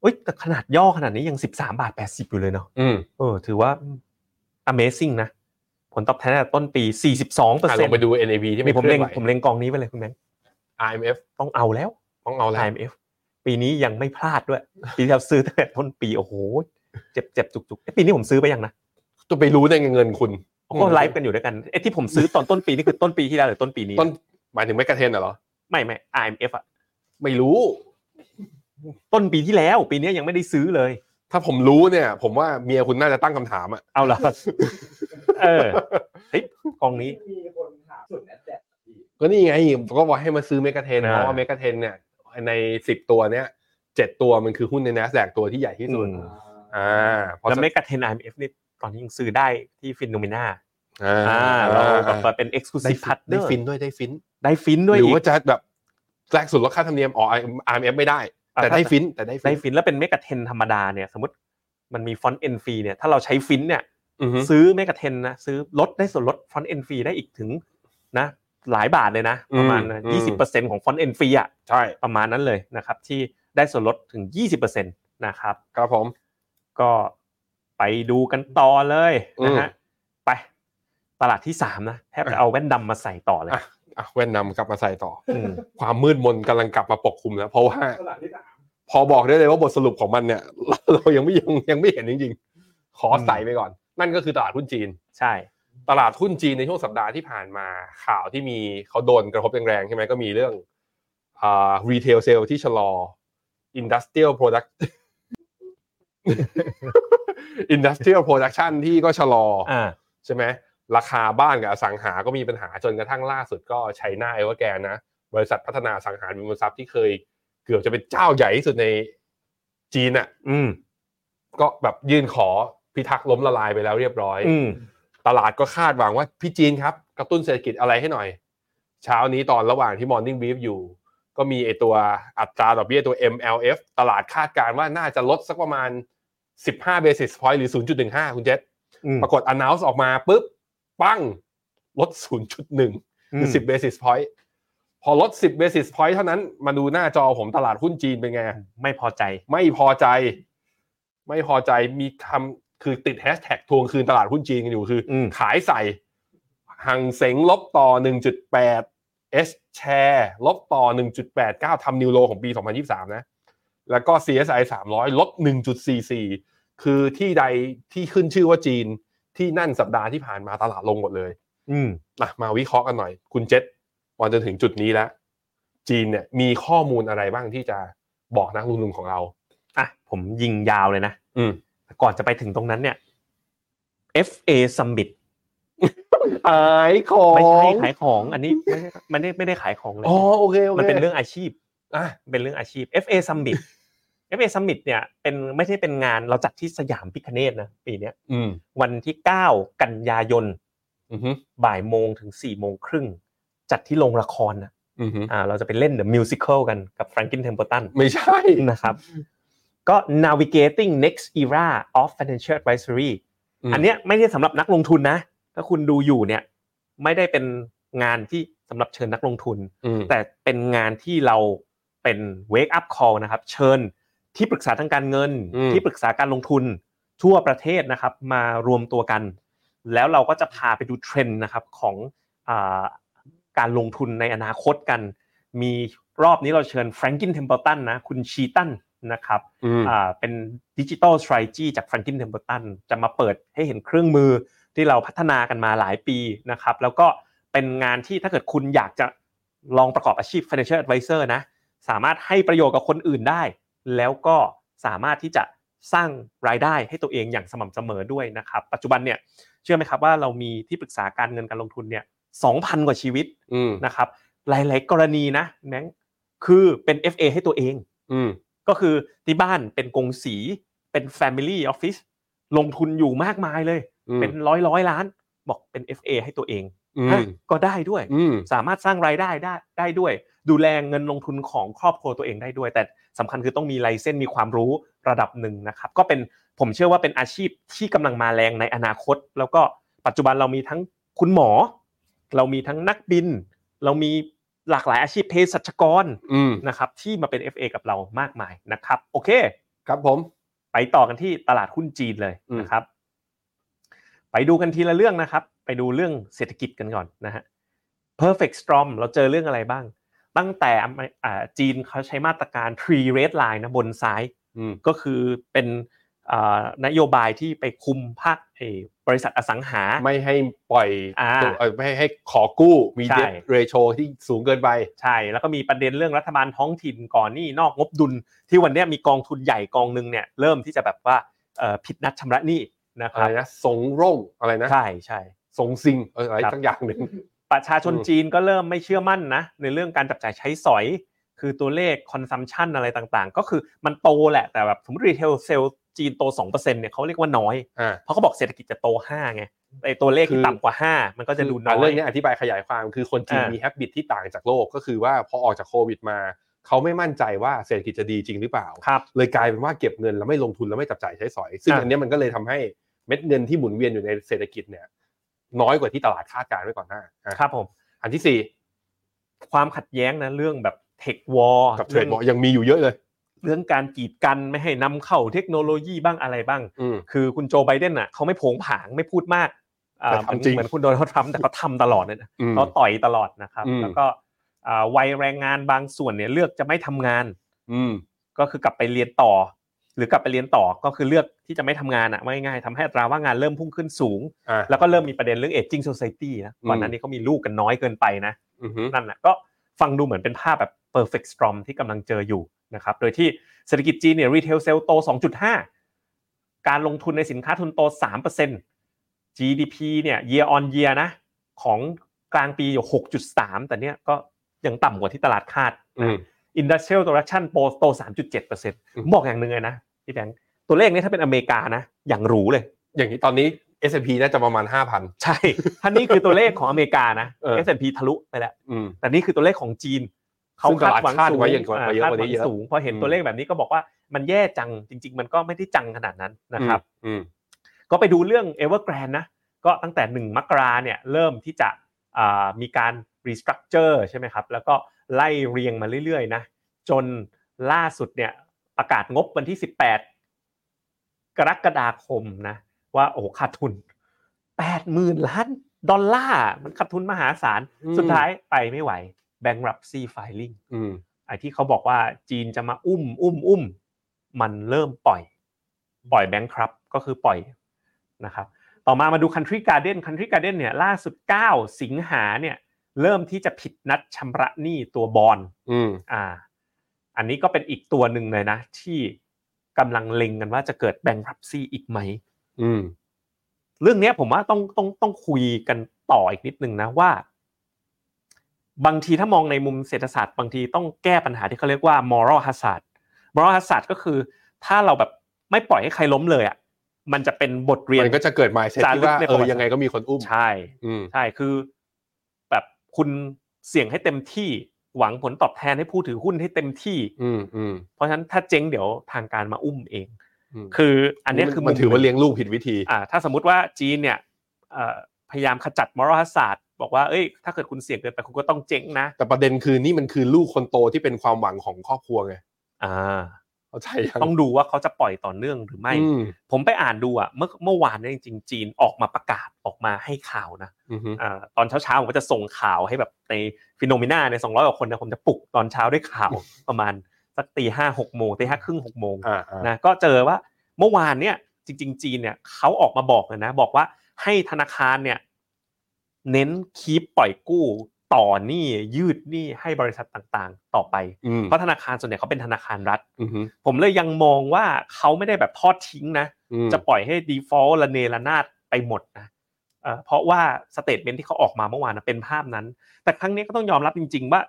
C: เอ้ยแต่ขนาดย่อขนาดนี้ยังสิบสามบาทแปดสิบอยู่เลยเนาะ
B: อืม
C: เออ ถือว่า amazing นะ ผลตอบแทนตั้งแต่ต้นปีสี่สิบสองเปอร์
B: อ่ะล
C: เซ็
B: อ
C: น
B: ง
C: ต์
B: ไปดู NAV ที่ไม่
C: นี่ผมเล็ง
B: คลื่อนไหว
C: ผมเล็งกองนี้ไปเลยคุณแม่
B: IMF
C: ต้องเอาแล้ว
B: ต้องเอาแล้ว
C: IMF ปีนี้ยังไม่พลาดด้วย ปีที่เราซื้อตั้งแต่ต้นปีโอ้โหเจ็บเจ็บจุกจุกเอ๊ะปีนี้ผมซื้อไปยังนะ
B: จะไปรู้ได้ไงเงินคุณ
C: ก็ไลฟ์กันอยู่ด้วยกันไอ้ที่ผมซื้อตอนต้นปีนี่คือต้นปีที่แล้วหรือต้นปีนี้
B: ต้นหมายถึงไม่กระเทนเหรอ
C: ไม่ไม่ IMF อะ
B: ไม่รู้
C: ต้นปีที่แล้ว ปีนี้ยังไม่ได้ซื้อเลย
B: ถ้าผมรู้เนี่ย ผมว่าเมียคุณน่าจะตั้งคำถามอ่ะ
C: เอาละ เออเฮ้ยกองนี้
D: มีคนถามส่วนแอดแดดดี
B: ก็นี่ไงก็บอกให้มาซื้อเมกะเทน
C: อ่า
B: เพราะว่าเมกะเทนเนี่ยในสิบตัวเนี่ยเจ็ดตัวมันคือหุ้นใน n a s d a q ตัวที่ใหญ่ที่สุด
C: อืม
B: อ่าเพราะ
C: แล้วเมกะเทน IMF นี่ตอนนี้ยังซื้อได้ที่ฟินโนเมนา
B: อ่า
C: อ่าเราแบบว่าเป็น
B: ได้
C: exclusive
B: ฟินได้
C: partner
B: ฟินด้วยได้ฟิน
C: ได้ฟินด้วย
B: หรือ
C: อี
B: ว่าก จะแบบแรกสุดลดค่าธรรมเนียมอ๋อ IMF ไม่ได้ แต่ได้ฟินแต่ได้
C: ได้
B: ฟิน
C: ฟินแล้วเป็นเมกะเทนธรรมดาเนี่ยสมมติมันมีฟอนต์เอ็นฟรีเนี่ยถ้าเราใช้ฟินเนี่ย
B: อือฮึ
C: ซื้อเมกะเทนนะซื้อลดได้ส่วนลดฟอนต์เอ็นฟรีได้อีกถึงนะหลายบาทเลยนะ ประมาณ 20%ของฟอนต์เอ็นฟรีอ่ะ
B: ใช่
C: ประมาณนั้นเลยนะครับ ที่ได้ส่วนลดถึง 20%นะครับ
B: ครับผม
C: ก็ไปดูกันต่อเลยนะฮะไป ตลาดที่ 3 นะ แทบจะเอาแว่นดำมาใส่ต่อเลย
B: อ่ะแว่นนำกลับมาใส่ต่อ
C: อืม
B: ความมืดมนกำลังกลับมาปกคลุมแล้ว เพราะว่า
D: ตลาดที่สาม
B: พอบอกได้เลยว่าบทสรุปของมันเนี่ย เรายังไม่ยังยังไม่เห็นจริงๆ ขอใส่ไปก่อน นั่นก็คือตลาดหุ้นจีน
C: ใช่
B: ตลาดหุ้นจีนในช่วงสัปดาห์ที่ผ่านมาข่าวที่มีเขาโดนกระทบแรงๆใช่ไหมก็มีเรื่องอ่ารีเทลเซลที่ชะลอ industrial product industrial production ที่ก็ชะลอ
C: อ่า
B: ใช่ไหมราคาบ้านกับอสังหาก็มีปัญหาจนกระทั่งล่าสุดก็ไชน่าเอเวอร์แกนนะ บริษัทพัฒนาอสังหาริมทรัพย์ที่เคยเกือบจะเป็นเจ้าใหญ่ที่สุดในจีนอ่ะ
C: อืม
B: ก็แบบยื่นขอพิทักษ์ล้มละลายไปแล้วเรียบร้อย
C: อืม
B: ตลาดก็คาดหวังว่าพี่จีนครับ กระตุ้นเศรษฐกิจอะไรให้หน่อย เช้านี้ตอนระหว่างที่ Morning Brief อยู่ ก็มีไอตัวอัตราดอกเบี้ยตัว MLF ตลาดคาดการณ์ว่าน่าจะลดสักประมาณ 15 basis point หรือ 0.15 คุณเจษ
C: อืม
B: ปรากฏ announce ออกมาปุ๊บ ปั้ง ลด 0.1 คือ 10 basis point พอลด 10 basis point เท่านั้น มาดูหน้าจอผมตลาดหุ้นจีนเป็นไง
C: ไม่พอใจ
B: ไม่พอใจ ไม่พอใจมีคำคือติดแฮชแท็กทวงคืนตลาดหุ้นจีนกันอยู่คือ
C: อืม
B: ขายใส่หังเสงลบต่อ 1.8 S share ลบต่อ 1.89ทำนิวโลของปี 2023 นะ แล้วก็ CSI 300 ลด 1.44 คือที่ใดที่ขึ้นชื่อว่าจีนที่นั่นสัปดาห์ที่ผ่านมาตลาดลงหมดเลย
C: อืม
B: อ่ะมาวิเคราะห์กันหน่อย คุณเจษมาจนถึงจุดนี้แล้ว จีนเนี่ยมีข้อมูลอะไรบ้างที่จะบอกนักลงทุนของเรา
C: อ่ะผมยิงยาวเลยนะ
B: อืม
C: ก่อนจะไปถึงตรงนั้นเนี่ย FA Summit
B: ขายของ
C: ไม่ใช่ขายของอันนี้ไม่ใช่ไมันได้ไม่ได้ขายของเลย
B: อ๋อโอเคโอเค
C: มันเป็นเรื่องอาชีพ
B: อ่ะ
C: เป็นเรื่องอาชีพ FA Summit FA Summit เนี่ยเป็นไม่ใช่เป็นงานเราจัดที่สยามพิคเนตนะปีเนี้ย
B: อืม
C: วันที่ 9 กันยายน
B: อือฮึ
C: บ่ายโมงถึง4ี่โมงครึ่งจัดที่โรงละครนะ
B: อือฮึ
C: อ่าเราจะไปเล่น The Musical กันกับ Franklin Templeton
B: ไม่ใช่
C: นะครับ ก็ navigating next era of financial advisory
B: อืม
C: อันเนี้ยไม่ได้สำหรับนักลงทุนนะ ถ้าคุณดูอยู่เนี่ยไม่ได้เป็นงานที่สำหรับเชิญนักลงทุน
B: อืม
C: แต่เป็นงานที่เราเป็น wake up call นะครับ เชิญที่ปรึกษาทางการเงิน
B: อืม
C: ที่ปรึกษาการลงทุนทั่วประเทศนะครับ มารวมตัวกัน แล้วเราก็จะพาไปดูเทรนด์นะครับของอาการลงทุนในอนาคตกัน มีรอบนี้เราเชิญแฟรงกินเทมเ l ิลตันนะ คุณชีตันนะครับ
B: อืม
C: อ่าเป็นดิจิ t a ลส t r a t e g y จากแฟรงกินเทมเ l ิลตันจะมาเปิดให้เห็นเครื่องมือที่เราพัฒนากันมาหลายปีนะครับ แล้วก็เป็นงานที่ถ้าเกิดคุณอยากจะลองประกอบอาชีพ financial advisor นะ สามารถให้ประโยชน์กับคนอื่นได้ แล้วก็สามารถที่จะสร้างรายได้ให้ตัวเองอย่างสม่ำเสมอด้วยนะครับ ปัจจุบันเนี่ยเชื่อไหมครับว่าเรามีที่ปรึกษาการเงินการลงทุนเนี่ย2,000 กว่าชีวิต
B: อืม
C: นะครับ หลาย ๆ กรณีนะแนงคือเป็น FA ให้ตัวเอง
B: อืม
C: ก็คือที่บ้านเป็นกงสีเป็น Family Office ลงทุนอยู่มากมายเลย
B: อืม
C: เป็นร้อยร้อยๆล้าน บอกเป็น FA ให้ตัวเอง
B: อื
C: ฮะ
B: ม
C: ก็ได้ด้วย
B: อืม
C: สามารถสร้างรายได้ได้ได้ด้วย ดูแลเงินลงทุนของครอบครัวตัวเองได้ด้วย แต่สำคัญคือต้องมีไลเส้นมีความรู้ระดับหนึ่งนะครับ ก็เป็นผมเชื่อว่าเป็นอาชีพที่กำลังมาแรงในอนาคต แล้วก็ปัจจุบันเรามีทั้งคุณหมอ เรามีทั้งนักบิน เรามีหลากหลายอาชีพเภสัชกร
B: อืม
C: นะครับที่มาเป็น FA กับเรามากมายนะครับ โอเค
B: ครับผม
C: ไปต่อกันที่ตลาดหุ้นจีนเลย
B: อืม
C: นะครับ ไปดูกันทีละเรื่องนะครับ ไปดูเรื่องเศรษฐกิจกันก่อนนะฮะ perfect storm เราเจอเรื่องอะไรบ้าง ตั้งแต่อเมริอ่าจีนเขาใช้มาตรการ three red line นะบนซ้าย
B: อืม
C: ก็คือเป็นอ่านโยบายที่ไปคุมภาคเอ่อบริษัทอสังหา
B: ไม่ให้ปล่อย
C: อ่า
B: ตัวเอ่อไม่ให้ขอกู้มี
C: ใช่
B: เดทเรโชที่สูงเกินไป
C: ใช่ แล้วก็มีประเด็นเรื่องรัฐบาลท้องถิ่นก่อนหนี้นอกงบดุล ที่วันเนี้ยมีกองทุนใหญ่กองหนึ่งเนี่ยเริ่มที่จะแบบว่าเอ่อผิดนัดชำระหนี้นะค
B: อะ
C: รั
B: ไร
C: บ
B: นะสงร่งอะไรนะ
C: ใช่ใช่
B: สงซิงเอออะไร
C: ครับ
B: สักอย่างหนึ่ง
C: ประชาชน
B: อืม
C: จีนก็เริ่มไม่เชื่อมั่นนะในเรื่องการจับจ่ายใช้สอย คือตัวเลขคอนซัมชันอะไรต่างๆ ก็คือมันโตแหละแต่แบบสมมติรีเทลเซลจีนโต 2%เนี่ยเขาเรียกว่าน้อย
B: อ่า
C: เพราะเขาบอกเศรษฐกิจจะโต 5 ไงแต่ตัวเลข
B: คื
C: ที่
B: อ
C: ต่ำกว่า 5 มันก็จะดูน้อ
B: อ่เรื่อง
C: ย
B: เนี้ยอธิบายขยายความคือคนจีน
C: อ่ามี
B: มีแฮบิตที่ต่างจากโลกก็คือว่าพอออกจากโควิดมา เขาไม่มั่นใจว่าเศรษฐกิจจะดีจริงหรือเปล่า
C: ครับ
B: เลยกลายเป็นว่าเก็บเงินแล้วไม่ลงทุนแล้วไม่จับจ่ายใช้สอย ซึ่ง
C: อ่ะ
B: อันเนี้ยมันก็เลยทำให้เม็ดเงินที่หมุนเวียนอยู่ในเศรษฐกิจเนี่ย น้อยกว่าที่ตลาดคาดการณ์ไว้ก่อนหน้าอ่ะ
C: ครับผม
B: อันที่สี่
C: ความขัดแย้งนะเรื่องแบบเทควอล
B: กับเทรดบอลยังมีอยู่เยอะเลย
C: เรื่องการกีดกันไม่ให้นำเข้าเทคโนโลยีบ้างอะไรบ้าง
B: อืม
C: คือคุณโจไบเดนน่ะเขาไม่โผงผางไม่พูดมากอ่า
B: แต่
C: เหมือน
B: ทำจริง
C: เหมือนคุณโดนัลด์ทรัมป์แต่เขาทำตลอดเลยนะ
B: อืม
C: เขาต่อยตลอดนะครับ
B: อืม
C: แล้วก็อ่าวัยแรงงานบางส่วนเนี่ยเลือกจะไม่ทำงาน
B: อืม
C: ก็คือกลับไปเรียนต่อ หรือกลับไปเรียนต่อก็คือเลือกที่จะไม่ทำงานอ่ะว่าง่ายๆทำให้อัตราว่างงานเริ่มพุ่งขึ้นสูง
B: อ่า
C: แล้วก็เริ่มมีประเด็นเรื่อง aging society นะก่อนหน้า
B: อืม
C: นี้เขามีลูกกันน้อยเกินไปนะ
B: อือหือ
C: นั่นนะก็ฟังดูเหมือนเป็นภาพแบบ perfect storm ที่กำลังเจออยู่นะครับ โดยที่เศรษฐกิจจีนเนี่ย retail sale โต 2.5 การลงทุนในสินค้าทุนโต 3% GDP เนี่ย year on year นะ ของกลางปีอยู่ 6.3 แต่เนี่ยก็ยังต่ำกว่าที่ตลาดคาด
B: อืม
C: นะ industrial production โตโต
B: ม
C: 3.7%บอกอย่างหนึ่งเลยนะพี่แบงค์ตัวเลขเนี้ถ้าเป็นอเมริกานะอย่างหรูเลย
B: อย่างนี้ตอนนี้ S&P น่าจะประมาณห้าพัน
C: ใช่ ท่านี่คือตัวเลขของอเมริกานะ
B: เออ
C: S&P ทะลุไปแล้ว
B: อืม
C: แต่นี่คือตัวเลขของจีน เขา
B: ซึ่งต
C: คาด
B: ลาด
C: หวัง
B: คาด
C: สูง
B: ไว้อย่างกว่า
C: อ่า
B: เยอะ
C: คาด
B: กว่า
C: หวั
B: นี้
C: ง
B: เยอะ
C: สูงพอเห็น
B: อืม
C: ตัวเลขแบบนี้ก็บอกว่ามันแย่จังจริง ๆ มันก็ไม่ได้จังขนาดนั้นนะครับ
B: อืม
C: ก็ไปดูเรื่อง Evergrande นะก็ตั้งแต่ 1 มกราเนี่ยเริ่มที่จะอ่ามีการ restructure ใช่ไหมครับ แล้วก็ไล่เรียงมาเรื่อยๆนะจนล่าสุดเนี่ยประกาศงบวันที่ 18 กรกฎาคมนะว่าโอ้โหขาดทุน 80,000 ล้านดอลลาร์มันขาดทุนมหาศาล
B: อืม
C: สุดท้ายไปไม่ไหว bankruptcy filing
B: อืม
C: ไอ้ที่เขาบอกว่าจีนจะมาอุ้มอุ้มอุ้มมันเริ่มปล่อยปล่อยแบงค์ครับก็คือปล่อยนะครับต่อมามาดู Country Garden Country Garden เนี่ยล่าสุด 9 สิงหาเนี่ยเริ่มที่จะผิดนัดชำระหนี้ตัวบอล
B: อืม
C: อ่า อันนี้ก็เป็นอีกตัวหนึ่งเลยนะ ที่กำลังเล็งกันว่าจะเกิดแบง k ์รับซี่อีกไหม
B: อืม
C: เรื่องเนี้ยผมว่าต้องต้องต้องคุยกันต่ออีกนิดนึงนะว่า บางทีถ้ามองในมุมเศรษฐศาสตร์ บางทีต้องแก้ปัญหาที่เขาเรียกว่า moral hazard moral hazard ก็คือ ถ้าเราแบบไม่ปล่อยให้ใครล้มเลยอ่ะมันจะเป็นบทเรียน
B: มันก็จะเกิดหมายเซต
C: จารึ
B: ที่
C: ก
B: ว่า
C: ใน
B: เอ
C: ประวั
B: อ
C: ติศาสตร์
B: ยังไงก็มีคนอุ้ม
C: ใช่
B: อืม
C: ใช่คือแบบคุณเสี่ยงให้เต็มที่หวังผลตอบแทนให้ผู้ถือหุ้นให้เต็มที่
B: อืมอืม
C: เพราะฉะนั้นถ้าเจ๊งเดี๋ยวทางการมาอุ้มเอง
B: อืม
C: คืออันเนี้ยคือ
B: มันถือว่าเลี้ยงลูกผิดวิธี
C: อ่าถ้าสมมติว่าจีนเนี่ยเอ่อพยายามขจัดมรรศาสตร์บอกว่าเอ้ยถ้าเกิดคุณเสี่ยงเกินไปคุณก็ต้องเจ๊งนะ
B: แต่ประเด็นคือนี่มันคือลูกคนโตที่เป็นความหวังของครอบครัวไง
C: อ่า
B: เข้าใจยัง
C: ต้องดูว่าเขาจะปล่อยต่อเนื่องหรือไม่
B: อืม
C: ผมไปอ่านดูอ่ะเมื่อเมื่อวานเนี่ยจริงๆจีนออกมาประกาศออกมาให้ข่าวนะ
B: อือฮึ
C: อ่าตอนเช้าๆผมก็จะส่งข่าวให้แบบในฟิโนเมนาในสองร้อยกว่าคนนะผมจะปลุกตอนเช้าด้วยข่าวประมาณสักตีห้าหกโมงตีห้าครึ่งหกโมง
B: อ่าอ่า
C: นะก็เจอว่าเมื่อวานเนี่ยจริง ๆ จีนเนี่ยเขาออกมาบอกเลยนะบอกว่าให้ธนาคารเนี่ยเน้นคีปปล่อยกู้ต่อหนี้ยืดหนี้ให้บริษัทต่างๆ ต่อไป
B: อืม
C: เพราะธนาคารส่วนใหญ่เขาเป็นธนาคารรัฐ
B: อือฮึ
C: ผมเลยยังมองว่าเขาไม่ได้แบบทอดทิ้งนะ
B: อืม
C: จะปล่อยให้ default ละเนระนาดไปหมดนะเอ่อเพราะว่าสเตทเมนที่เขาออกมาเมื่อวานนะเป็นภาพนั้น แต่ครั้งนี้ก็ต้องยอมรับจริง ๆ ว่า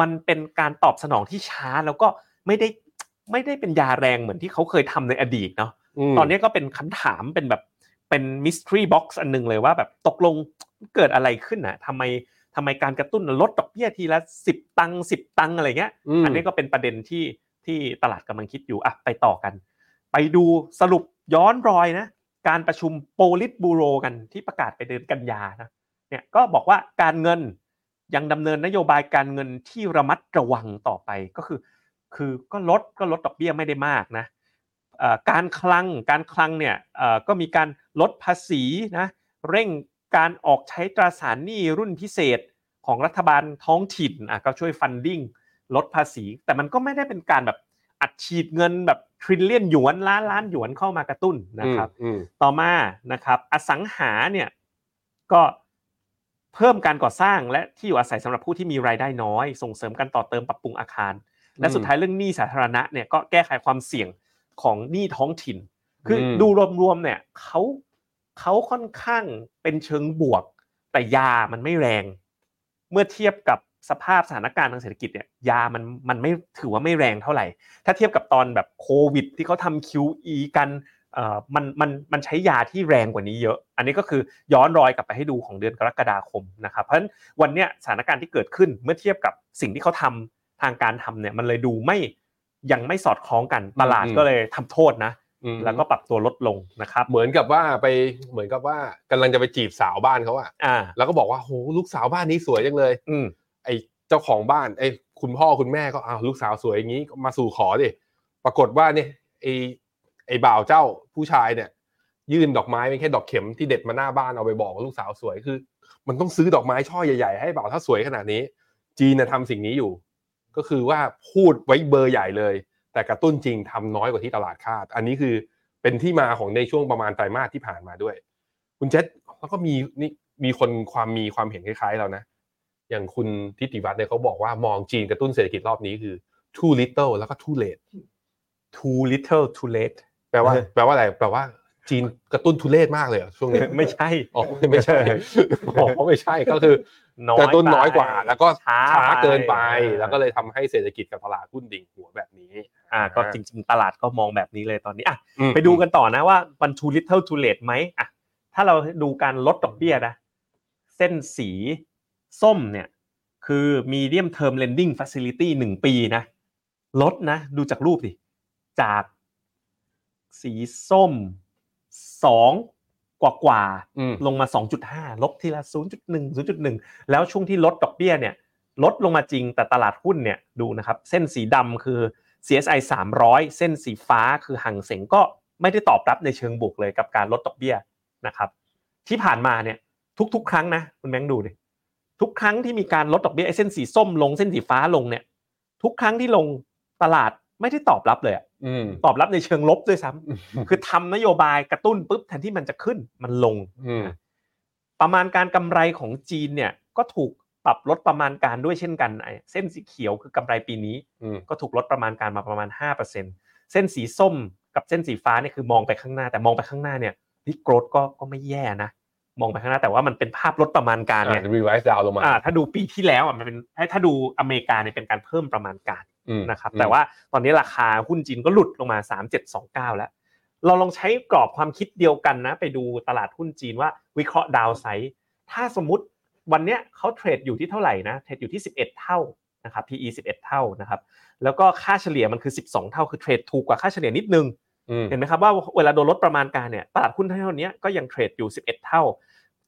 C: มันเป็นการตอบสนองที่ช้าแล้วก็ไม่ได้ไม่ได้เป็นยาแรงเหมือนที่เขาเคยทำในอดีตเนาะ
B: ม
C: ตอนนี้ก็เป็นคำถามเป็นแบบเป็นมิสทรีบ็อกซ์อันหนึงเลยว่าแบบตกลงเกิดอะไรขึ้นน่ะทำไมทำไมการกระตุ้นลดดอกเบี้ยทีละสิบตังค์สิบตังค์อะไรเงี้ย
B: ม
C: อันนี้ก็เป็นประเด็นที่ที่ตลาดกำลังคิดอยู่อ่ะไปต่อกัน ไปดูสรุปย้อนรอยนะ การประชุมโปลิตบูโรกันที่ประกาศไปเดือนกันยานะเนี่ยก็บอกว่าการเงินยังดำเนินนโยบายการเงินที่ระมัดระวังต่อไปก็คือ คือก็ลดก็ลดดอกเบี้ยไม่ได้มากนะเอ่อการคลังการคลังเนี่ยเอ่อก็มีการลดภาษีนะเร่งการออกใช้ตราสารหนี้รุ่นพิเศษของรัฐบาลท้องถิ่นอ่ะก็ช่วยฟันดิ้ง ลดภาษี แต่มันก็ไม่ได้เป็นการแบบอัดฉีดเงินแบบทริลเลียนหยวนล้านล้านหยวนเข้ามากระตุ้นนะครับ
B: อืม
C: ต่อมานะครับอสังหาเนี่ยก็เพิ่มการก่อสร้างและที่อยู่อาศัยสำหรับผู้ที่มีรายได้น้อย ส่งเสริมการต่อเติมปรับปรุงอาคาร และสุดท้ายเรื่องหนี้สาธารณะเนี่ยก็แก้ไขความเสี่ยงของหนี้ท้องถิ่น คืออดูรวมๆเนี่ยเขาเขาค่อนข้างเป็นเชิงบวก แต่ยามันไม่แรง เมื่อเทียบกับสภาพสถานการณ์ทางเศรษฐกิจเนี่ยยามันมันไม่ถือว่าไม่แรงเท่าไหร่ ถ้าเทียบกับตอนแบบโควิด ที่เขาทำ QE กันเอ่อมันมันมันใช้ยาที่แรงกว่านี้เยอะ อันนี้ก็คือย้อนรอยกลับไปให้ดูของเดือนกรกฎาคมนะครับเพราะฉะนั้นวันเนี้ยสถานการณ์ที่เกิดขึ้นเมื่อเทียบกับสิ่งที่เขาทำทางการทำเนี่ยมันเลยดูไม่ยังไม่สอดคล้องกันตลาดก็เลยทำโทษนะ
B: อืม
C: แล้วก็ปรับตัวลดลงนะครับ
B: เหมือนกับว่าไปเหมือนกับว่ากำลังจะไปจีบสาวบ้านเขาอะ
C: อ่า
B: แล้วก็บอกว่าโหลูกสาวบ้านนี้สวยจังเลย
C: อืม
B: ไอ้เจ้าของบ้านไอ้คุณพ่อคุณแม่ก็อ้าวลูกสาวสวยอย่างนี้ก็มาสู่ขอดิปรากฏว่าเนี่ยไอ้ไอ้บ่าวเจ้าผู้ชายเนี่ย ยื่นดอกไม้เป็นแค่ดอกเข็มที่เด็ดมาหน้าบ้านเอาไปบอกว่าลูกสาวสวยคือ มันต้องซื้อดอกไม้ช่อใหญ่ๆให้บ่าวถ้าสวยขนาดนี้ จีนนะทำสิ่งนี้อยู่ ก็คือว่าพูดไว้เบอร์ใหญ่เลย แต่กระตุ้นจริงทำน้อยกว่าที่ตลาดคาด อันนี้คือเป็นที่มาของในช่วงประมาณไตรมาสที่ผ่านมาด้วย คุณเจษแล้วก็มีนี่มีคนความมีความเห็นคล้ายๆเรานะ อย่างคุณทิติวัฒน์เนี่ยเขาบอกว่ามองจีนกระตุ้นเศรษฐกิจรอบนี้คือ too little แล้วก็ too late
C: too little too late
B: แปลว่า
C: เออ
B: แปลว่าอะไร แปลว่าจีนกระตุ้นทุเลศมากเลยเหรอช่วงนี้
C: ไม่ใช่
B: อ๋อไม่ใช่อ๋อไม่ใช่ก็คือ
C: น้อย
B: กระตุ้นน้อยกว่า
C: ไป
B: แล้วก็
C: ช้า
B: ช้าเกินไป
C: ไป
B: แล้วก็เลยทำให้เศรษฐกิจกับตลาดหุ้นดิ่งหัวแบบนี้
C: อ่าก็จริง ๆ ตลาดก็มองแบบนี้เลยตอนนี้อ่ะ
B: อืม
C: ไปดูกันต่อนะว่ามัน too little too late ไหมอ่ะถ้าเราดูการลดดอกเบี้ยนะ เส้นสีส้มเนี่ย คือ medium term lending facility หนึ่งปีนะ ลดนะ ดูจากรูปดิ จากสีส้มสองกว่ากว่าๆ
B: อืม
C: ลงมา 2.5 ลบทีละ 0.1 0.1 แล้วช่วงที่ลดดอกเบี้ยเนี่ย ลดลงมาจริงแต่ตลาดหุ้นเนี่ยดูนะครับ เส้นสีดำคือ CSI 300 เส้นสีฟ้าคือห่างเสงก็ไม่ได้ตอบรับในเชิงบวกเลยกับการลดดอกเบี้ยนะครับ ที่ผ่านมาเนี่ยทุกๆ ครั้งนะคุณแบงค์ดูดิทุกครั้งที่มีการลดดอกเบี้ยไอ้เส้นสีส้มลงเส้นสีฟ้าลงเนี่ย ทุกครั้งที่ลงตลาดไม่ได้ตอบรับเลยอะ
B: อืม
C: ตอบรับในเชิงลบด้วยซ้ำคือทำนโยบายกระตุ้นปุ๊บแทนที่มันจะขึ้นมันลง
B: อืม
C: ประมาณการกำไรของจีนเนี่ยก็ถูกปรับลดประมาณการด้วยเช่นกันไอ้เส้นสีเขียวคือกำไรปีนี้
B: อืม
C: ก็ถูกลดประมาณการมาประมาณ 5%เส้นสีส้มกับเส้นสีฟ้าเนี่ยคือมองไปข้างหน้า แต่มองไปข้างหน้าเนี่ยนี่โกรธก็ก็ไม่แย่นะ มองไปข้างหน้าแต่ว่ามันเป็นภาพลดประมาณการ
B: อ่า
C: เนี่ย
B: รีไวซ์ดาวลงมา
C: อ่าถ้าดูปีที่แล้วอ่ะมันเป็นถ้าดูอเมริกาเนี่ยเป็นการเพิ่มประมาณการ
B: อืม
C: นะครับ
B: อืม
C: แต่ว่าตอนนี้ราคาหุ้นจีนก็หลุดลงมา 3729 แล้ว เราลองใช้กรอบความคิดเดียวกันนะ ไปดูตลาดหุ้นจีนว่าวิเคราะห์ดาวไซด์ถ้าสมมติวันเนี้ยเขาเทรดอยู่ที่เท่าไหร่นะเทรดอยู่ที่ 11 เท่านะครับ PE 11 เท่านะครับแล้วก็ค่าเฉลี่ยมันคือ 12 เท่าคือเทรดถูกกว่าค่าเฉลี่ยนิดนึง
B: อืม
C: เห็นไหมครับว่าเวลาโดนลดประมาณการเนี่ยตลาดหุ้นเท่านี้ก็ยังเทรดอยู่ 11 เท่า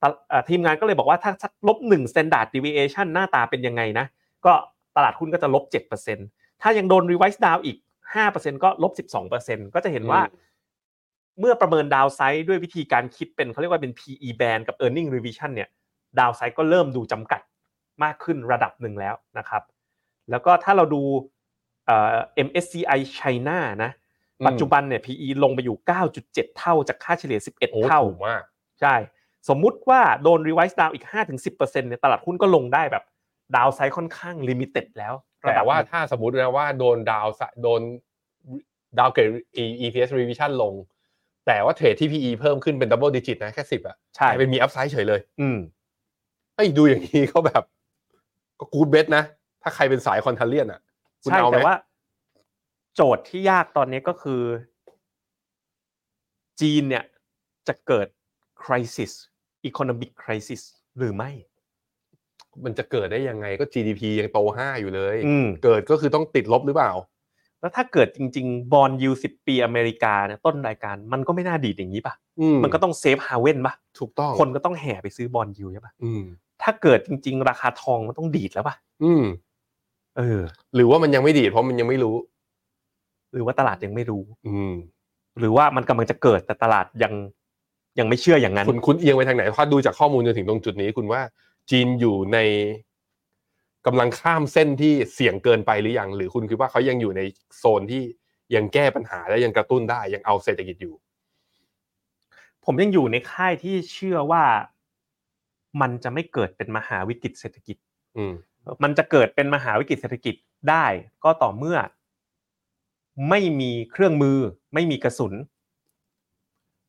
C: ตลเอ่อทีมงานก็เลยบอกว่าถ้าสักลบ1 standard deviation หน้าตาเป็นยังไงนะ ก็ตลาดหุ้นก็จะลบ 7%ถ้ายังโดน revise down อีก 5%ก็ลบ 12%ก็จะเห็นว่า เมื่อประเมินดาวไซด์ด้วยวิธีการคิดเป็นเขาเรียกว่าเป็น PE band กับ earning revision เนี่ยดาวไซด์ก็เริ่มดูจำกัดมากขึ้นระดับหนึ่งแล้วนะครับ แล้วก็ถ้าเราดูเอ่อ MSCI China นะ ปัจจุบันเนี่ย PE ลงไปอยู่ 9.7 เท่าจากค่าเฉลี่ย
B: โอ้
C: 11 เท่า
B: ถูกมาก
C: ใช่ สมมุติว่าโดน revise down อีก 5-10%เนี่ยตลาดหุ้นก็ลงได้แบบดาวไซด์ค่อนข้าง limited แล้วระดั
B: แต่
C: บ
B: ว่า
C: หนึ่ง
B: ถ้าสมมตินะว่าโดนดาวโดนดาวเกรด EPS revision ลง แต่ว่าเทรดที่ PE เพิ่มขึ้นเป็นดับเบิลดิจิตนะแค่สิบอ่ะ
C: ใช่
B: กลายเป็นมีอัพไซด์เฉยเลย
C: อืม
B: ไอ้ยดูอย่างนี้ก็แบบ ก็กูดเบสนะ ถ้าใครเป็นสายคอนเทเลียนอ่ะ คุณ
C: ใช่
B: เอาไหม
C: แต่ว่า โจทย์ที่ยากตอนนี้ก็คือ จีนเนี่ยจะเกิด crisis economic crisis หรือไม่
B: มันจะเกิดได้ยังไงก็ GDP ยังโตห้าอยู่เลย
C: อืม
B: เกิดก็คือต้องติดลบหรือเปล่า
C: แล้วถ้าเกิดจริง ๆ บอลยูสิบปีอเมริกาเนี่ยต้นรายการมันก็ไม่น่าดีดอย่างนี้ป่ะ
B: อื
C: มันก็ต้องเซฟฮาเว่นป่ะ
B: ถูกต้อง
C: คนก็ต้องแห่ไปซื้อบอลยูใช่ป่ะ
B: อืม
C: ถ้าเกิดจริง ๆ ราคาทองมันต้องดีดแล้วป่ะ
B: อืม
C: เออ
B: หรือว่ามันยังไม่ดีดเพราะมันยังไม่รู้
C: หรือว่าตลาดยังไม่รู้
B: อืม
C: หรือว่ามันกำลังจะเกิดแต่ตลาดยังยังไม่เชื่ออย่างนั้น
B: คุณคุณเอียงไปทางไหนถ้าดูจากข้อมูลจนถึงตรงจุดนี้ คุณว่าจีนอยู่ในกำลังข้ามเส้นที่เสี่ยงเกินไปหรือยัง หรือคุณคิดว่าเขายังอยู่ในโซนที่ยังแก้ปัญหาและยังกระตุ้นได้ยังเอาเศรษฐกิจอยู่
C: ผมยังอยู่ในค่ายที่เชื่อว่ามันจะไม่เกิดเป็นมหาวิกฤตเศรษฐกิจ
B: อืม
C: มันจะเกิดเป็นมหาวิกฤตเศรษฐกิจได้ ก็ต่อเมื่อ ไม่มีเครื่องมือ ไม่มีกระสุน